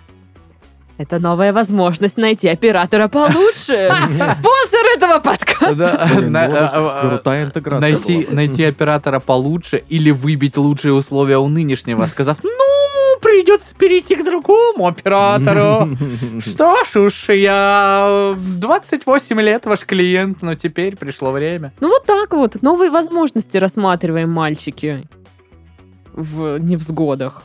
Это новая возможность найти оператора получше. Спонсор этого подкаста.
Да,
Блин,
на-
было бы
а, а,
Крутая интеграция
Найти,
была.
найти оператора получше или выбить лучшие условия у нынешнего, сказав, ну, придется перейти к другому оператору. Что ж уж, я э, 28 лет ваш клиент, но теперь пришло время.
Ну вот так вот. Новые возможности рассматриваем, мальчики. В невзгодах.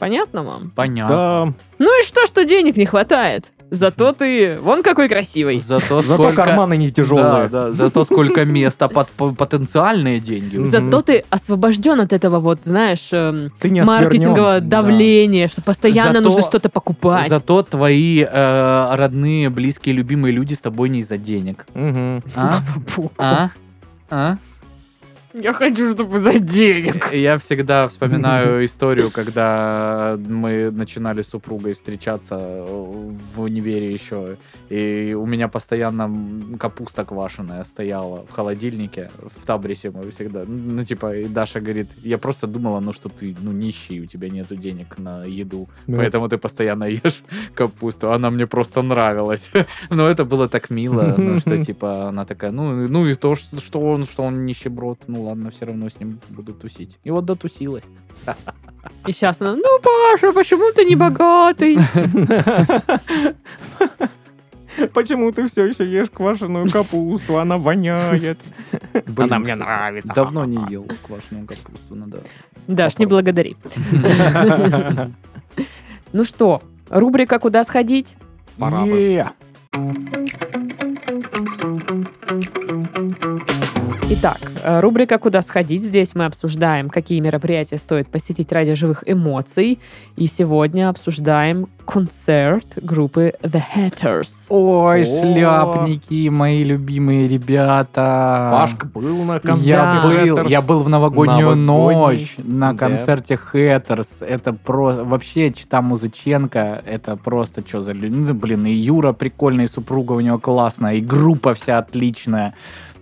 Понятно вам?
Понятно.
Да,
Ну и что, что денег не хватает? Зато ты вон какой красивый.
Зато,
зато
сколько...
карманы не
Да,
тяжелые.
да, зато сколько места под по- потенциальные деньги.
Мгм.
Зато ты освобожден от этого вот, знаешь, эм,
Ты не осквернен.
маркетингового
Да.
давления, что постоянно
Зато-
нужно что-то покупать.
Зато твои э, родные, близкие, любимые люди с тобой не из-за денег.
Мгм.
А?
Слава богу.
А? А?
Я хочу, чтобы за денег.
Я всегда вспоминаю историю, когда мы начинали с супругой встречаться э, в универе еще, и у меня постоянно капуста квашеная стояла в холодильнике, в табрисе мы всегда, ну типа, и Даша говорит, я просто думала, ну что ты, ну нищий, у тебя нету денег на еду,
Да.
поэтому ты постоянно ешь капусту, она мне просто нравилась. Но это было так мило, ну, что типа она такая, ну, ну и то, что что он, что он нищеброд, ну ладно, все равно с ним буду тусить. И вот дотусилась.
И сейчас она, ну, Паша, почему ты не богатый?
Почему ты все еще ешь квашеную капусту? Она воняет.
Блин,
мне
кстати,
нравится.
Давно не ел квашеную капусту, ну надо.
Даш, не благодари. Ну что, рубрика «Куда сходить?»
Пора бы.
Е.
Итак, э, рубрика «Куда сходить?» Здесь мы обсуждаем, какие мероприятия стоит посетить ради живых эмоций. И сегодня обсуждаем концерт группы The Hatters.
Ой,
О.
шляпники, мои любимые
А,
ребята.
Пашка
был на
Я
концерте
был,
Hatters.
я был в новогоднюю
Новогодний.
ночь на
Да.
концерте Хэттерс. Это просто... Вообще, чита Музыченко, это просто что за люди. Ну, Блин, и Юра прикольный, и супруга у него классная, и группа вся отличная.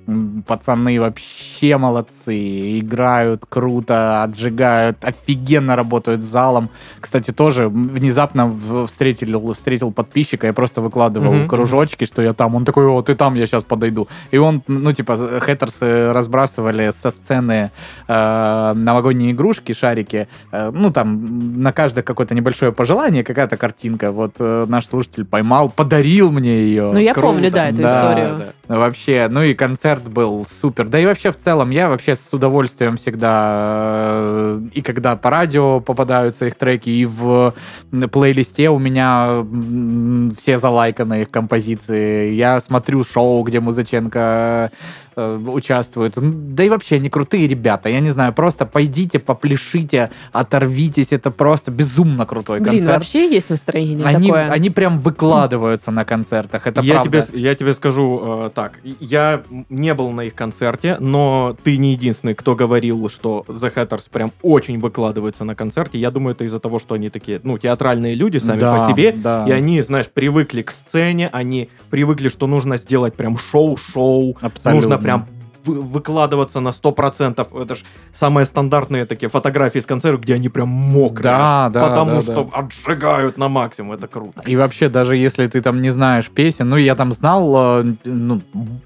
М, Пацаны вообще молодцы, играют круто, отжигают, офигенно работают с залом. Кстати, тоже внезапно в- встретил, встретил подписчика, я просто выкладывал
Мгм.
кружочки, что я там. Он такой, о, ты там, я сейчас подойду. И он, ну, типа, з- хэттерсы разбрасывали со сцены э, новогодние игрушки, шарики. Э, ну, там, на каждое какое-то небольшое пожелание, какая-то картинка. Вот э, наш слушатель поймал, подарил мне ее.
Ну, я
Круто.
помню, да, эту
Да,
историю.
да.
ну, Вообще, ну и концерт был супер. Да и вообще в целом, я вообще с удовольствием всегда э, и когда по радио попадаются их треки, и в э, плейлисте у меня м, все залайканы их композиции. Я смотрю шоу, где Музыченко э, участвует. Н- Да и вообще, они крутые ребята. Я не знаю, просто пойдите, попляшите, оторвитесь. Это просто безумно крутой
Блин,
концерт.
вообще есть настроение
они,
такое.
они прям выкладываются на концертах. Это
я,
правда.
тебе, с- я тебе скажу э, так, я м- не был на их концерте, но ты не единственный, кто говорил, что The Hatters прям очень выкладываются на концерте. Я думаю, это из-за того, что они такие, ну, театральные люди сами
Да,
по себе,
да.
и они, знаешь, привыкли к сцене, они привыкли, что нужно сделать прям шоу-шоу,
Абсолютно.
нужно прям вы- выкладываться на 100%. Это же самые стандартные такие фотографии из концерта, где они прям мокрые.
Да, да.
потому
да,
что
да.
отжигают на максимум, это круто.
И вообще, даже если ты там не знаешь песен, ну, я там знал э, ну,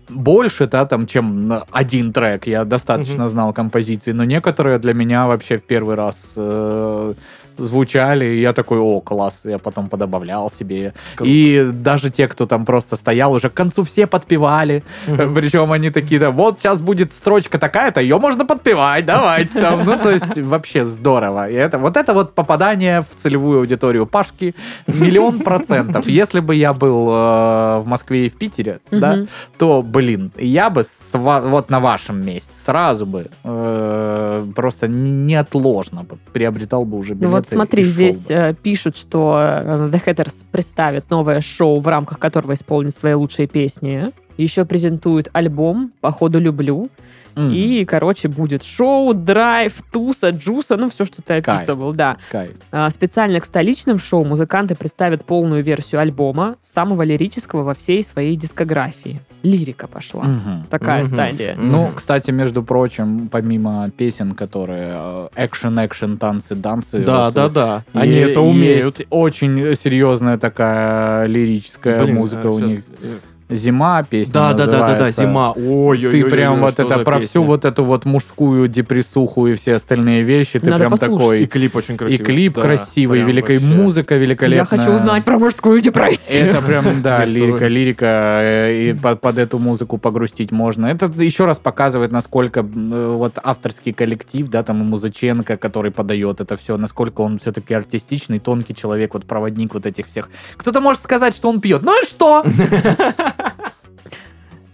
больше, да, там, чем на один трек. Я достаточно знал композиции, но некоторые для меня вообще в первый раз э, звучали, и я такой, о, класс, я потом подобавлял себе.
Круто.
И даже те, кто там просто стоял, уже к концу все подпевали. Причем они такие, да, вот сейчас будет строчка такая-то, ее можно подпевать, давайте там. Ну, то есть вообще здорово. И это, вот это вот попадание в целевую аудиторию Пашки миллион процентов. Если бы я был э, в Москве и в Питере,
Мгм. Ну
да, то, блин, я бы с ва- вот на вашем месте сразу бы э, просто н- неотложно бы приобретал бы уже билеты.
Ну вот
и
смотри,
шел
здесь
бы.
э, пишут, что э, The Hatters представят новое шоу, в рамках которого исполнят свои лучшие песни. Еще презентуют альбом «Походу люблю».
М,
И, короче, будет шоу, драйв, туса, джуса, ну, все, что ты
Кайф.
описывал, да.
кайф.
А, Специально к столичным шоу музыканты представят полную версию альбома, самого лирического во всей своей дискографии. Лирика пошла.
Мгм.
Такая
Мгм.
стадия.
Ну,
Мгм.
кстати, между прочим, помимо песен, которые э, экшен, экшен, танцы, танцы.
Да,
вот,
да,
э,
да. Они
е-
это умеют.
есть очень серьезная такая лирическая
Блин,
музыка
а,
у
щас,
них.
э,
Зима песня
Да, да, да, да, да,
называется.
зима. ну Ой,
Ты прям вот это про всю вот эту вот мужскую депрессуху и все остальные вещи. Ты
Надо
прям
послушать.
И
такой.
клип очень
И
красивый.
клип
Да,
красивый,
прям
великая
вообще.
музыка великолепная.
Я хочу узнать про мужскую депрессию.
Это прям, да,
Без
лирика,
троллей.
лирика, э, и под, под эту музыку погрустить можно. Это еще раз показывает, насколько э, вот авторский коллектив, да, там и Музыченко, который подает это все, насколько он все-таки артистичный, тонкий человек, вот проводник вот этих всех. Кто-то может сказать, что он пьет. Ну и что?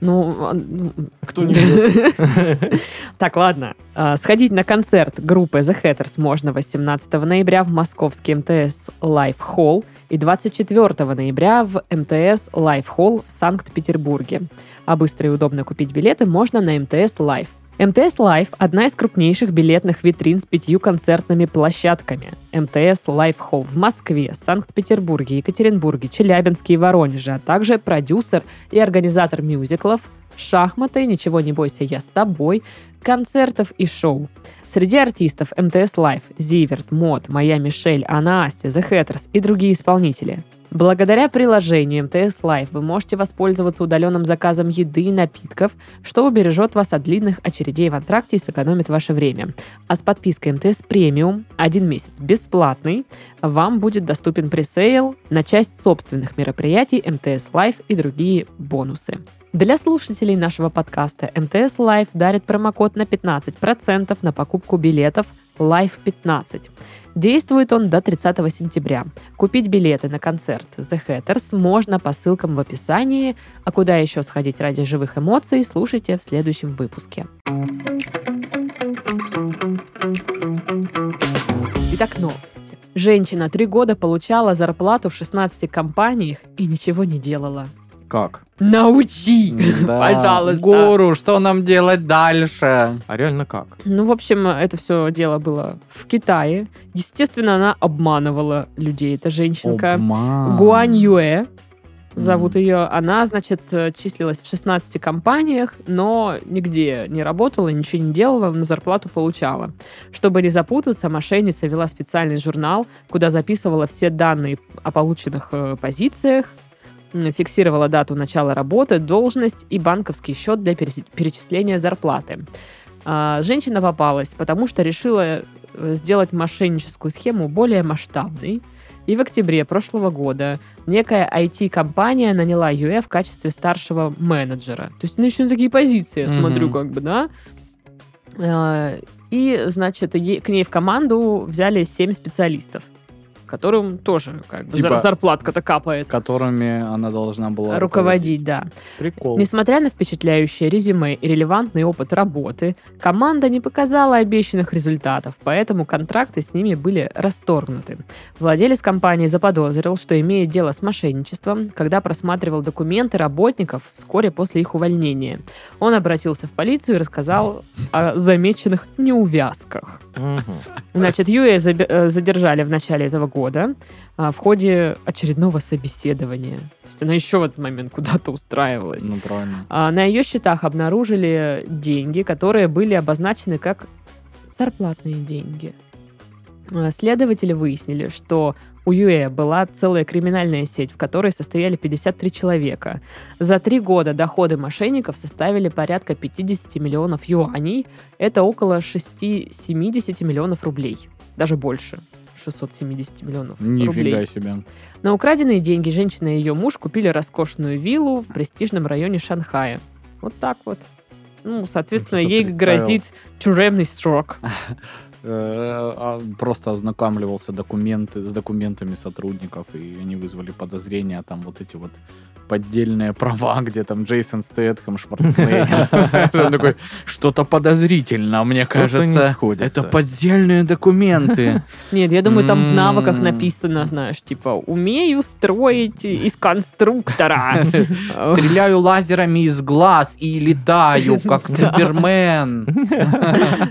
Ну, а, ну,
Кто не пьет?
Так, ладно. А, Сходить на концерт группы The Hatters можно 18 ноября в московский МТС Life Hall и 24 ноября в МТС Life Hall в Санкт-Петербурге. А быстро и удобно купить билеты можно на МТС Life. МТС Лайф – одна из крупнейших билетных витрин с пятью концертными площадками. МТС Лайф Холл в Москве, Санкт-Петербурге, Екатеринбурге, Челябинске и Воронеже, а также продюсер и организатор мюзиклов, шахматы, «Ничего не бойся, я с тобой», концертов и шоу. Среди артистов МТС Лайф, Зиверт, Мод, Моя Мишель, Анна Асти, The Hatters и другие исполнители. Благодаря приложению МТС Лайф вы можете воспользоваться удаленным заказом еды и напитков, что убережет вас от длинных очередей в антракте и сэкономит ваше время. А с подпиской МТС Премиум один месяц бесплатный вам будет доступен пресейл на часть собственных мероприятий МТС Лайф и другие бонусы. Для слушателей нашего подкаста МТС Лайф дарит промокод на 15% на покупку билетов Life 15. Действует он до 30 сентября. Купить билеты на концерт The Hatters можно по ссылкам в описании, а куда еще сходить ради живых эмоций, слушайте в следующем выпуске. Итак, новости. Женщина три года получала зарплату в 16 компаниях и ничего не делала.
Как?
Научи!
Да.
Пожалуйста.
Гуру, что нам делать дальше?
А реально как?
Ну, в общем, это все дело было в Китае. Естественно, она обманывала людей, эта женщинка.
Обман.
Гуань Юэ зовут
А. Мгм.
ее. Она, значит, э, числилась в 16 компаниях, но нигде не работала, ничего не делала, но зарплату получала. Чтобы не запутаться, мошенница вела специальный журнал, куда записывала все данные о полученных э, позициях, м, фиксировала дату начала работы, должность и банковский счет для перес- перечисления зарплаты. А, Женщина попалась, потому что решила э, сделать мошенническую схему более масштабной. И в октябре прошлого года некая IT-компания наняла Юэ в качестве старшего менеджера. То есть, ну, еще на такие позиции, я
Мгм.
смотрю, как бы, да? Э, И, значит, е- к ней в команду взяли 7 специалистов, которым тоже, как бы,
Типа-
зар- зарплатка-то капает.
Которыми она должна была
Руководить, да.
Прикол.
Несмотря на впечатляющее резюме и релевантный опыт работы, команда не показала обещанных результатов, поэтому контракты с ними были расторгнуты. Владелец компании заподозрил, что имеет дело с мошенничеством, когда просматривал документы работников вскоре после их увольнения. Он обратился в полицию и рассказал о замеченных неувязках.
Мгм.
Значит, Юэ заби- э, задержали в начале этого года а, в ходе очередного собеседования. То есть она еще в этот момент куда-то устраивалась.
Ну, правильно.
А, На ее счетах обнаружили деньги, которые были обозначены как зарплатные деньги. А, Следователи выяснили, что у Юэ была целая криминальная сеть, в которой состояли 53 человека. За три года доходы мошенников составили порядка 50 миллионов юаней. Это около 670 миллионов рублей. Даже больше. 670 миллионов рублей.
Нифига себе.
На украденные деньги женщина и ее муж купили роскошную виллу в престижном районе Шанхая. Вот так вот. Ну, соответственно,
Что
ей
представил?
грозит тюремный срок.
Э, а Просто ознакомливался документы с документами сотрудников, и они вызвали подозрения, там вот эти вот поддельные права, где там Джейсон Стэтхэм, Шварценеггер. Он такой, что-то подозрительно, мне
Что-то не
кажется.
сходится».
Это поддельные документы.
Нет, я думаю, там в навыках
М.
написано, знаешь, типа «умею строить из конструктора».
Стреляю лазерами из глаз и летаю, как
Да.
Супермен.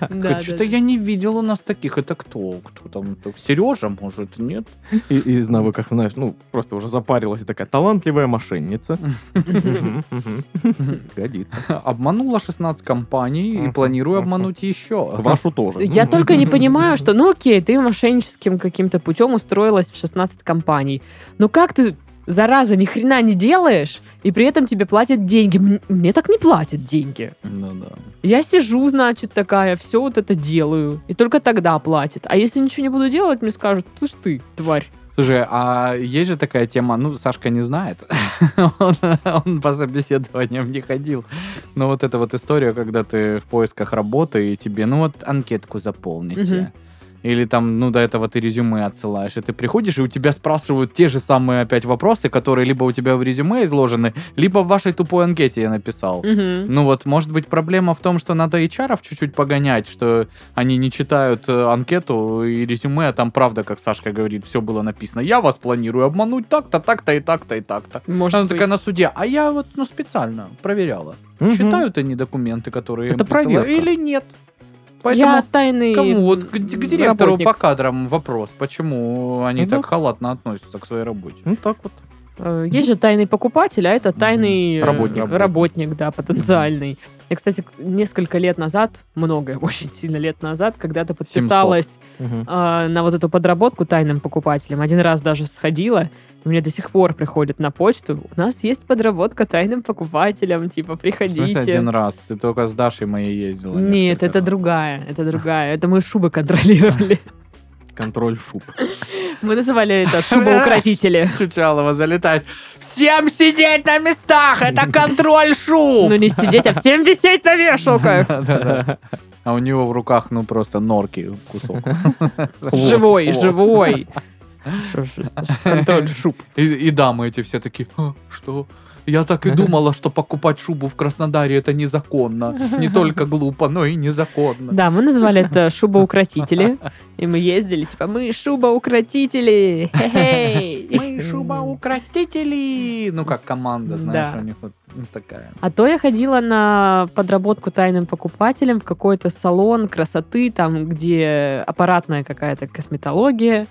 Да,
Что-то
да.
я не видел у нас таких. Это кто? Кто там? Сережа, может? Нет?
И и из навыков, знаешь, ну, просто уже запарилась и такая талантливая мошенница. Мгм, мгм. Годится.
Обманула 16 компаний и
Мгм,
планирую
мгм.
обмануть еще.
Вашу тоже.
Я только не понимаю, что, ну окей, ты мошенническим каким-то путем устроилась в 16 компаний. Но как ты, зараза, ни хрена не делаешь, и при этом тебе платят деньги? М- Мне так не платят деньги.
Да-да.
Я сижу, значит, такая, все вот это делаю. И только тогда платят. А если ничего не буду делать, мне скажут, слышь ты, тварь.
Слушай, а есть же такая тема, ну, Сашка не знает, он, он по собеседованиям не ходил, но вот эта вот история, когда ты в поисках работы, и тебе, ну, вот анкетку заполните,
Мгм.
или там, ну, до этого ты резюме отсылаешь, и ты приходишь, и у тебя спрашивают те же самые опять вопросы, которые либо у тебя в резюме изложены, либо в вашей тупой анкете я написал.
Мгм.
Ну вот, может быть, проблема в том, что надо HR чуть-чуть погонять, что они не читают э, анкету и резюме, а там правда, как Сашка говорит, все было написано. Я вас планирую обмануть так-то, так-то и так-то и так-то.
Ну,
Может
Она
быть.
такая на суде, а я вот, ну, специально проверяла.
Мгм.
Читают они документы, которые им
Это
присылают,
проверка.
или нет.
Я
Поэтому
тайный
кому? Вот к, к
м,
директору
работник.
по кадрам вопрос, почему они
Ну да.
так халатно относятся к своей работе.
Ну, так вот.
Э, Есть же тайный покупатель, а это
Мгм.
тайный э,
Работник.
работник, да, потенциальный. Я, кстати, к- несколько лет назад, много, очень сильно лет назад, когда-то подписалась
Мгм.
э, на вот эту подработку тайным покупателем. Один раз даже сходила, и мне до сих пор приходит на почту, у нас есть подработка тайным покупателем, типа,
В смысле,
приходите.
один раз? Ты только с Дашей моей ездила.
Нет,
несколько
это
раз.
другая, это другая. Это мы шубы контролировали.
Контроль шуб.
Мы называли это шубоукротители.
Чучалова залетает. Всем сидеть на местах! Это контроль шуб!
Ну не сидеть, а всем висеть на вешалках.
Да-да-да. А у него в руках, ну, просто норки кусок.
Хвост,
Живой,
хвост.
живой. Контроль шуб.
И, и дамы эти все такие, «А, что? Я так и думала, что покупать шубу в Краснодаре это незаконно. Не только глупо, но и незаконно.
Да, мы назвали это шубоукротители. И мы ездили, типа, мы шубоукротители. Хе-хей.
Мы шубоукротители! Ну, как команда, знаешь,
Да.
у них вот ну, такая.
А то я ходила на подработку тайным покупателем в какой-то салон красоты, там, где аппаратная какая-то косметология.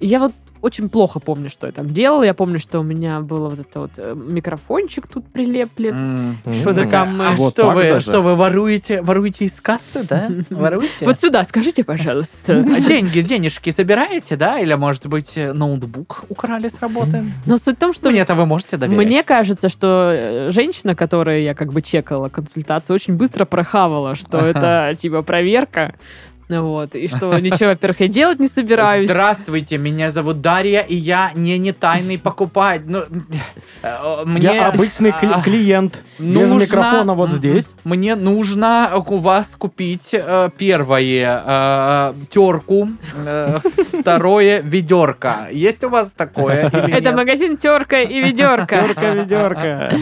И я вот очень плохо помню, что я там делала. Я помню, что у меня был вот это вот э, микрофончик тут прилеплен. Что-то
М.
там... э,
А Вот что так вы- даже? что
А вы воруете? Воруете из кассы, да? Воруете?
Вот сюда скажите, пожалуйста.
А деньги, денежки собираете, да? Или, может быть, э, ноутбук украли с работы? Ну,
Но суть в том, что
Мне-то вы можете доверять?
Мне кажется, что э, женщина, которой я как бы чекала консультацию, очень быстро прохавала, что это типа проверка. Ну Вот, и что ничего, во-первых, я делать не собираюсь.
Здравствуйте, меня зовут Дарья, и я не не тайный покупатель. Ну, э, мне
Я обычный кли-
а,
клиент. Без
нужно-
микрофона вот
М-м.
здесь.
Мне нужно у вас купить э, первое э, терку, э, второе ведерко. Есть у вас такое? или
Это
нет?
магазин терка и ведерка.
Терка-ведерка.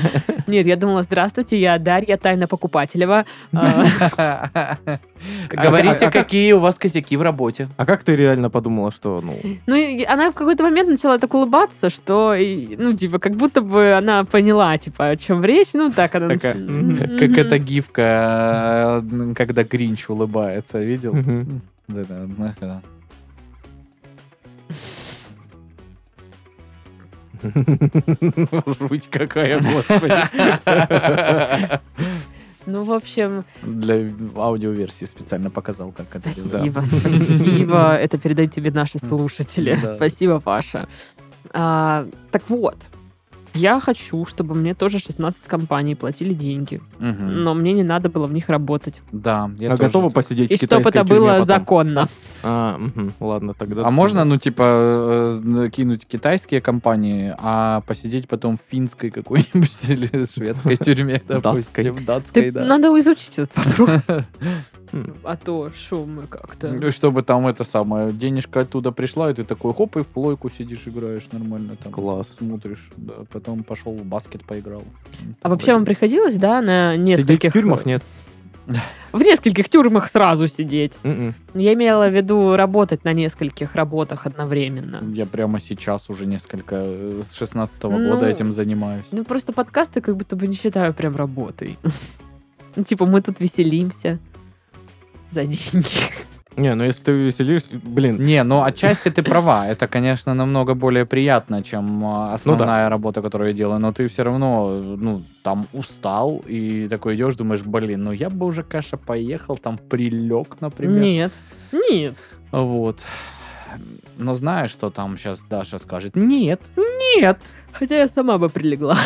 Нет, я думала, здравствуйте, я Дарья, тайна покупателева. А,
Говорите,
А- а как-
какие у вас косяки в работе.
А как ты реально подумала, что, ну...
Ну, и она в какой-то момент начала так улыбаться, что, и, ну, типа, как будто бы она поняла, типа, о чем речь. Ну, так она...
Такая,
нач-
мгм.
Мгм.
Как эта гифка, э, когда Гринч улыбается, видел?
мгм.
Да, да, да, да.
ну, Жуть какая, господи.
Ну, в общем,
Для аудиоверсии специально показал, как это делать.
Спасибо, спасибо. Это передают тебе наши слушатели.
Да.
Спасибо, Паша. А, Так вот, я хочу, чтобы мне тоже 16 компаний платили деньги,
Мгм.
но мне не надо было в них работать.
Да, я
А
тоже.
готова посидеть
И
в китайской
чтобы это
тюрьме
было
потом?
законно.
А, мгм, ладно, тогда...
А можно, ну, типа, э, кинуть китайские компании, а посидеть потом в финской какой-нибудь или шведской тюрьме,
Датской.
допустим, датской,
Ты-
да.
Надо изучить этот вопрос.
М.
А то что мы
Ну,
как-то...
Чтобы там это самое, денежка оттуда пришла, и ты такой, хоп, и в плойку сидишь, играешь нормально там.
Класс.
Смотришь, да. Потом пошел в баскет поиграл.
А вообще вам приходилось, да, на
Сидеть в
нескольких...
тюрьмах нет.
В нескольких тюрьмах сразу сидеть.
М-м.
Я имела в виду работать на нескольких работах одновременно.
Я прямо сейчас уже несколько э, с 16
Ну,
года этим занимаюсь.
Ну, просто подкасты как будто бы не считаю прям работой. Ну, Типа, мы тут веселимся за деньги.
Не, ну если ты веселишь, блин,
Не, ну отчасти ты права. Это, конечно, намного более приятно, чем
Ну
а, основная работа, которую я делаю. Но ты все равно, э, ну, там устал и такой идешь, думаешь, блин, ну я бы уже, конечно, поехал, там прилег, например.
Нет. Нет.
Вот. Но знаешь, что там сейчас Даша скажет? Нет, нет.
Хотя я сама бы прилегла.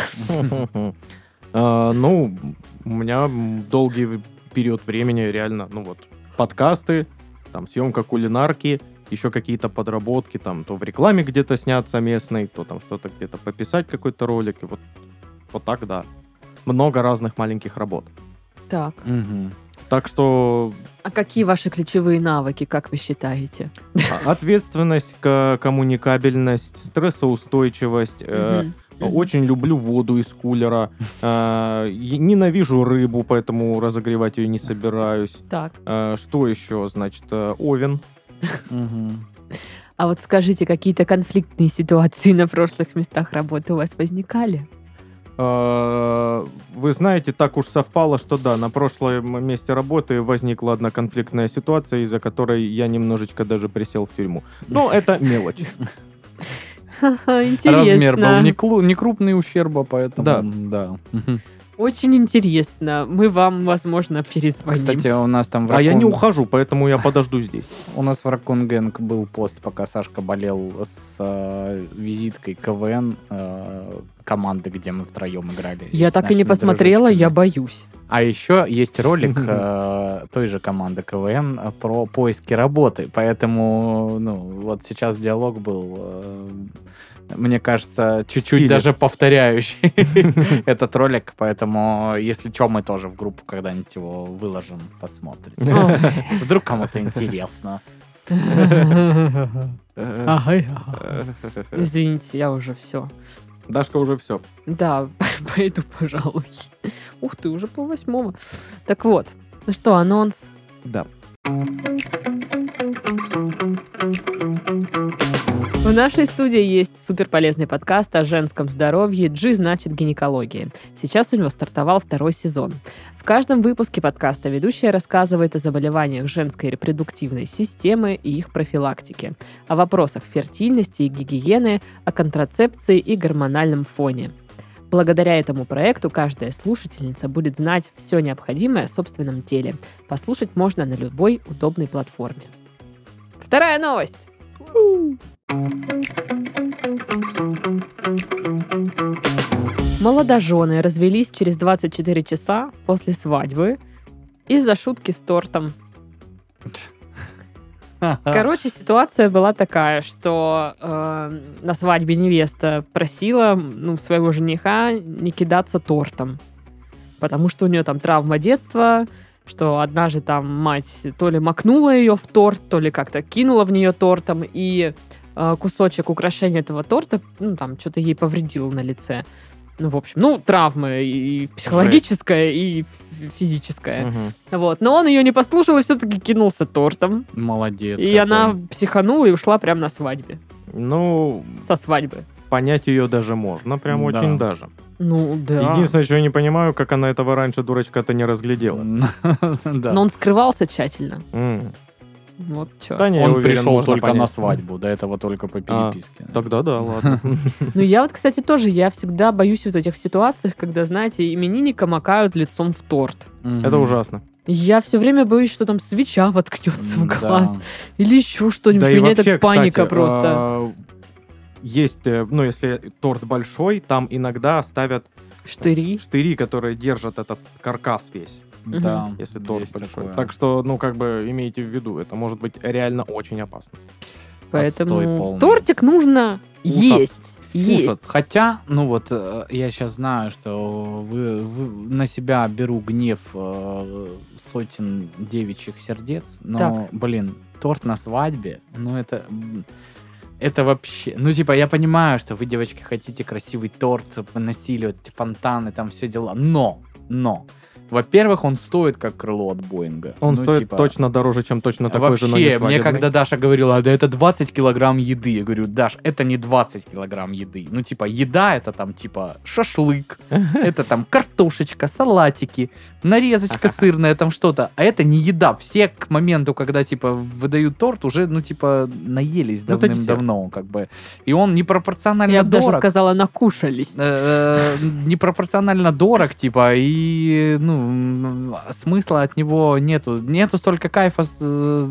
А, Ну, у меня м, долгий в- период времени реально, ну вот, подкасты, там, съемка кулинарки, еще какие-то подработки, там, то в рекламе где-то сняться местной, то там что-то где-то пописать какой-то ролик, и вот, вот так, да. Много разных маленьких работ.
Так.
Так что
А какие ваши ключевые навыки, как вы считаете?
а, ответственность, ка- коммуникабельность, стрессоустойчивость. э,
Мгм, мгм.
Очень люблю воду из кулера. Э, е- Ненавижу рыбу, поэтому разогревать ее не собираюсь.
Так.
Э, Что еще, значит, э, Овен?
Мгм.
А вот скажите, какие-то конфликтные ситуации на прошлых местах работы у вас возникали?
Э, Вы знаете, так уж совпало, что да, на прошлом месте работы возникла одна конфликтная ситуация, из-за которой я немножечко даже присел в тюрьму. Но это мелочь.
Ха-ха, Интересно.
Размер был не, клу- не крупный ущерба, поэтому...
Да.
да. Мгм.
Очень интересно. Мы вам, возможно, перезвоним.
Кстати, у нас там в
А я не
Ракун-
ухожу, поэтому я подожду здесь.
У нас в Ракунгенг был пост, пока Сашка болел с э, визиткой КВН э, команды, где мы втроем играли.
я
с
так и не
нашими
посмотрела, я
дружочками.
боюсь.
А еще есть ролик э, той же команды КВН э, про поиски работы. Поэтому, ну, вот сейчас диалог был, э, мне кажется, чуть-чуть
стиле.
даже повторяющий этот ролик. Поэтому, если что, мы тоже в группу когда-нибудь его выложим, посмотрите.
О.
Вдруг кому-то интересно.
Э, э,
Извините, я уже все.
Дашка уже все.
Да, пойду, пожалуй. Ух ты, уже по восьмого. Так вот, ну что, анонс?
Да.
В нашей студии есть суперполезный подкаст о женском здоровье «G значит гинекология». Сейчас у него стартовал второй сезон. В каждом выпуске подкаста ведущая рассказывает о заболеваниях женской репродуктивной системы и их профилактике, о вопросах фертильности и гигиены, о контрацепции и гормональном фоне. Благодаря этому проекту каждая слушательница будет знать все необходимое о собственном теле. Послушать можно на любой удобной платформе. Вторая новость. Молодожены развелись через 24 часа после свадьбы из-за шутки с тортом. Короче, ситуация была такая, что э, на свадьбе невеста просила ну, своего жениха не кидаться тортом, потому что у нее там травма детства, что однажды там мать то ли макнула ее в торт, то ли как-то кинула в нее тортом, и э, кусочек украшения этого торта, ну, там, что-то ей повредило на лице. Ну, в общем, ну, травма и психологическая, и фи- физическая.
Мгм.
Вот. Но он ее не послушал и все-таки кинулся тортом.
Молодец.
И
какой.
она психанула и ушла прямо на свадьбе.
Ну,
Со свадьбы.
понять ее даже можно, прям
Да.
очень даже.
Ну, да.
Единственное, чего я не понимаю, как она этого раньше, дурочка-то, не разглядела.
Да.
Но он скрывался тщательно.
М.
Вот чё.
Да не, я
Он
уверен,
пришел
можно
только на
понять.
свадьбу, до этого только по
А,
переписке.
Тогда да, ладно.
Ну, я вот, кстати, тоже, я всегда боюсь вот этих ситуациях, когда, знаете, именинника макают лицом в торт.
Мгм.
Это ужасно.
Я все время боюсь, что там свеча воткнется в
Да.
глаз. Или еще что-нибудь.
Да и
У меня это
вообще,
паника
кстати,
просто.
а, Есть, э, ну, если торт большой, там иногда ставят
Штыри.
штыри, которые держат этот каркас весь,
Да.
если торт
есть
большой.
такое.
Так что, ну, как бы имейте в виду, это может быть реально очень опасно.
Поэтому
полный.
тортик нужно есть. Есть.
Хотя, ну вот, э, я сейчас знаю, что вы, вы- на себя беру гнев э, сотен девичьих сердец, но,
Так.
блин, торт на свадьбе, ну это... м, Это вообще... Ну, типа, я понимаю, что вы, девочки, хотите красивый торт, чтобы вы носили вот эти фонтаны, там все дела, но, но... Во-первых, он стоит как крыло от Боинга.
Он
Ну,
стоит
типа,
точно дороже, чем точно такой же, но не
Вообще, мне
свадебный.
когда Даша говорила, «А, да это 20 килограмм еды, я говорю, Даш, это не 20 килограмм еды. Ну, типа, еда это там, типа, шашлык, это там картошечка, салатики, нарезочка сырная, там что-то. А это не еда. Все к моменту, когда, типа, выдают торт, уже, ну, типа, наелись
Ну, это
давным-давно, как бы. И он непропорционально
Я бы даже
дорог.
сказала, накушались.
Э, непропорционально дорог, типа, и, ну, м, смысла от него нету. Нету столько кайфа, с- э,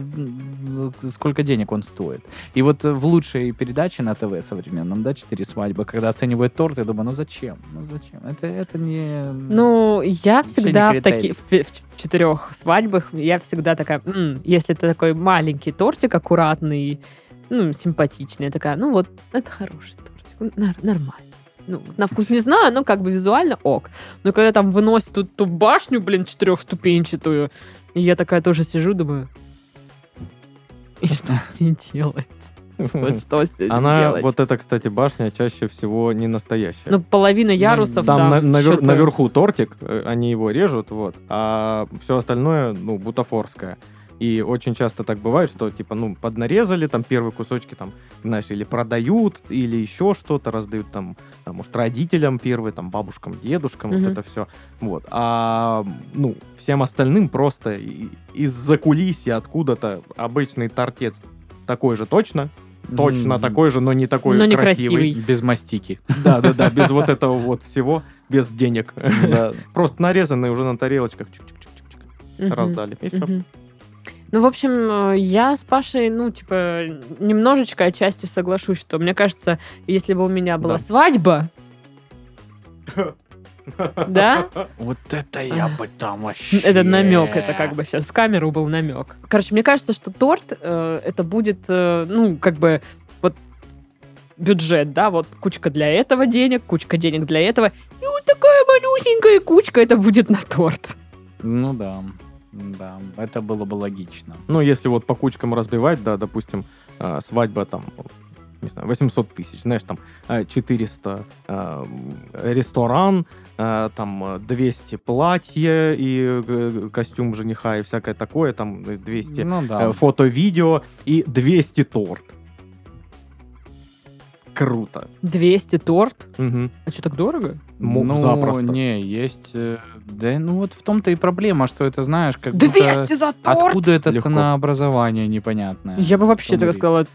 сколько денег он стоит. И вот в лучшей передаче на ТВ современном, да, «Четыре свадьбы», когда оценивают торт, я думаю, ну зачем? Ну зачем? Это, это не...
Ну, я
Вообще не
всегда в,
критерий.
таки, в, пе- в ч- четырех свадьбах, я всегда такая, «М, если это такой маленький тортик, аккуратный, ну, симпатичный, я такая, ну вот, это хороший тортик, н- ну, нар- нормально. ну, на вкус не знаю, но как бы визуально ок. Но когда там выносят эту, ту башню, блин, четырехступенчатую, и я такая тоже сижу, думаю, и что с ней делать? Вот что с этим
Она,
э, делать?
вот эта, кстати, башня чаще всего не настоящая.
Ну, половина ярусов,
там
да,
на- навер-
что-то-
наверху тортик, э, они его режут, вот, а все остальное, ну, бутафорское. И очень часто так бывает, что, типа, ну, поднарезали, там, первые кусочки, там, знаешь, или продают, или еще что-то раздают, там, там, может, родителям первые, там, бабушкам, дедушкам,
Мгм.
вот это все. Вот. А, ну, всем остальным просто и- из-за кулисья откуда-то обычный тортец такой же точно, точно
М,
такой же, но не такой
Но не
красивый.
красивый.
Без мастики.
Да, да, да, без вот этого вот всего, без денег.
Да.
Просто нарезанные уже на тарелочках чик-чик-чик-чик-чик,
Мгм.
раздали. И все.
Мгм. Ну, в общем, э, я с Пашей, ну, типа, немножечко отчасти соглашусь, что мне кажется, если бы у меня была
Да.
свадьба, да?
Вот это я бы там вообще...
Это намек, это как бы сейчас в камеру был намек. Короче, мне кажется, что торт э, это будет, э, ну, как бы вот бюджет, да, вот кучка для этого денег, кучка денег для этого, и вот такая малюсенькая кучка это будет на торт.
Ну да, да, это было бы логично.
Ну, если вот по кучкам разбивать, да, допустим, а, свадьба там, не знаю, 800 тысяч, знаешь, там а, 400 а, м, ресторан, а, там а, 200 платье и э, костюм жениха и всякое такое, там э, 200
Ну да.
э, фото-видео и 200 торт. Круто.
200 торт?
Мгм.
А что так дорого?
Мог
ну,
запросто.
не, есть... э, Да, ну вот в том-то и проблема, что это, знаешь, как будто-
200 за торт?
Откуда это
Легко.
ценообразование непонятное?
Я бы вообще
Что
тогда
говорить?
сказала,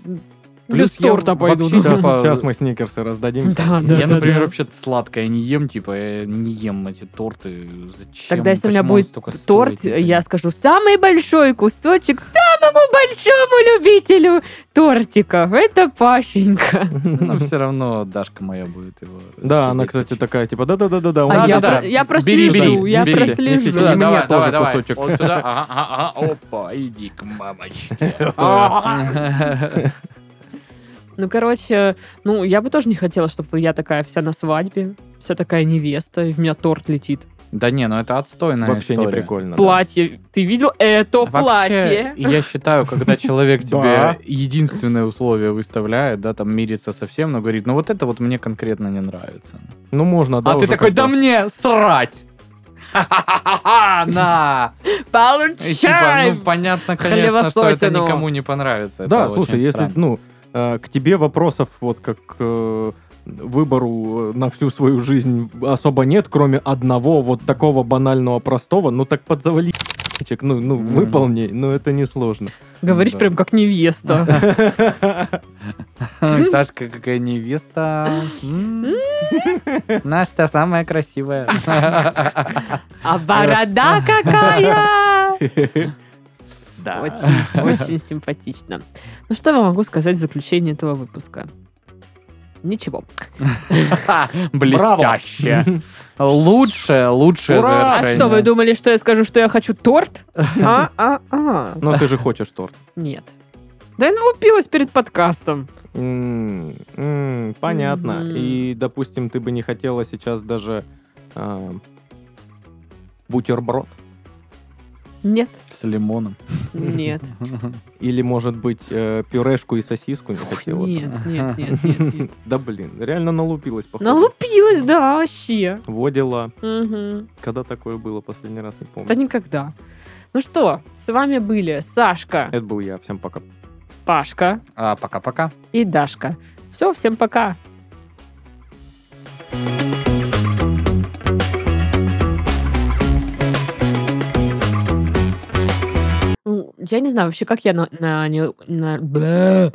плюс
Плюс я
торт обойду.
вообще-
Сейчас,
Типа-
ну, сейчас мы сникерсы раздадим.
Да, да,
я,
да,
например,
да.
вообще сладкое не ем, типа, я не ем эти торты. Зачем?
Тогда, если у меня
Почему он
будет
столько стоит,
торт,
типа, не
я скажу самый большой кусочек самому большому любителю тортиков. Это Пашенька.
понимаю. Но все ну, равно Дашка моя будет его.
Да, она,
сидеть
кстати,
очень.
такая, типа, да-да-да-да-да.
А
он
я,
да-да.
про- я
Ну Бери,
прослежу,
бери,
я
бери.
прослежу.
Несите, И несите. мне тоже кусочек.
Вот сюда, ага, ага, ага, опа, иди к мамочке. А,
Ну, короче, ну, я бы тоже не хотела, чтобы я такая вся на свадьбе, вся такая невеста, и в меня торт летит.
Да не, ну это отстойная
Вообще не
история.
прикольно. да.
Платье. Ты видел это
Ну А Вообще,
платье?
я считаю, когда человек
Да.
тебе единственное условие выставляет, да, там мирится совсем, но говорит, ну вот это вот мне конкретно не нравится.
Ну, можно, да.
а ты
уже
такой,
как бы.
да мне срать! Ха-ха-ха-ха, на! И типа,
Получай!
ну, понятно, конечно, что это
хлебососину.
никому не понравится. Это
Да,
очень
слушай, если,
странно.
ну, э, к тебе вопросов вот как э, выбору э, на всю свою жизнь особо нет, кроме одного вот такого банального простого, ну так подзавали ***чек, ну, ну,
Мгм.
выполни, ну, это несложно.
Говоришь
Да.
прям как невеста.
Сашка, какая невеста. М. Наша самая красивая.
А борода какая! Очень, очень симпатично. Ну что я могу сказать в заключение этого выпуска? Ничего.
Блестяще. Лучшее, лучшее
Ура!
А
завершение.
что, вы думали, что я скажу, что я хочу торт? А, а, а.
Но ты же хочешь торт.
Нет. Да я налупилась перед подкастом.
М, м, Понятно.
Мгм.
И, допустим, ты бы не хотела сейчас даже а, бутерброд?
Нет,
С лимоном.
нет.
Или, может быть, э, пюрешку и сосиску не
Фух,
хотела?
Нет, нет, нет, нет, нет.
Да блин, реально налупилась, походу.
Налупилась, да, вообще.
Во дела.
Мгм.
Когда такое было, последний раз не помню.
Да никогда. Ну что, с вами были Сашка,
Это был я. Всем пока.
Пашка
А, Пока-пока.
и Дашка. Все, всем пока. Ну, Я не знаю вообще, как я на, на не- на- бля.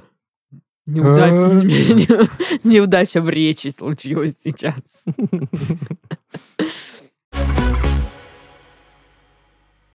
Неуда- не- неудача в речи случилась сейчас.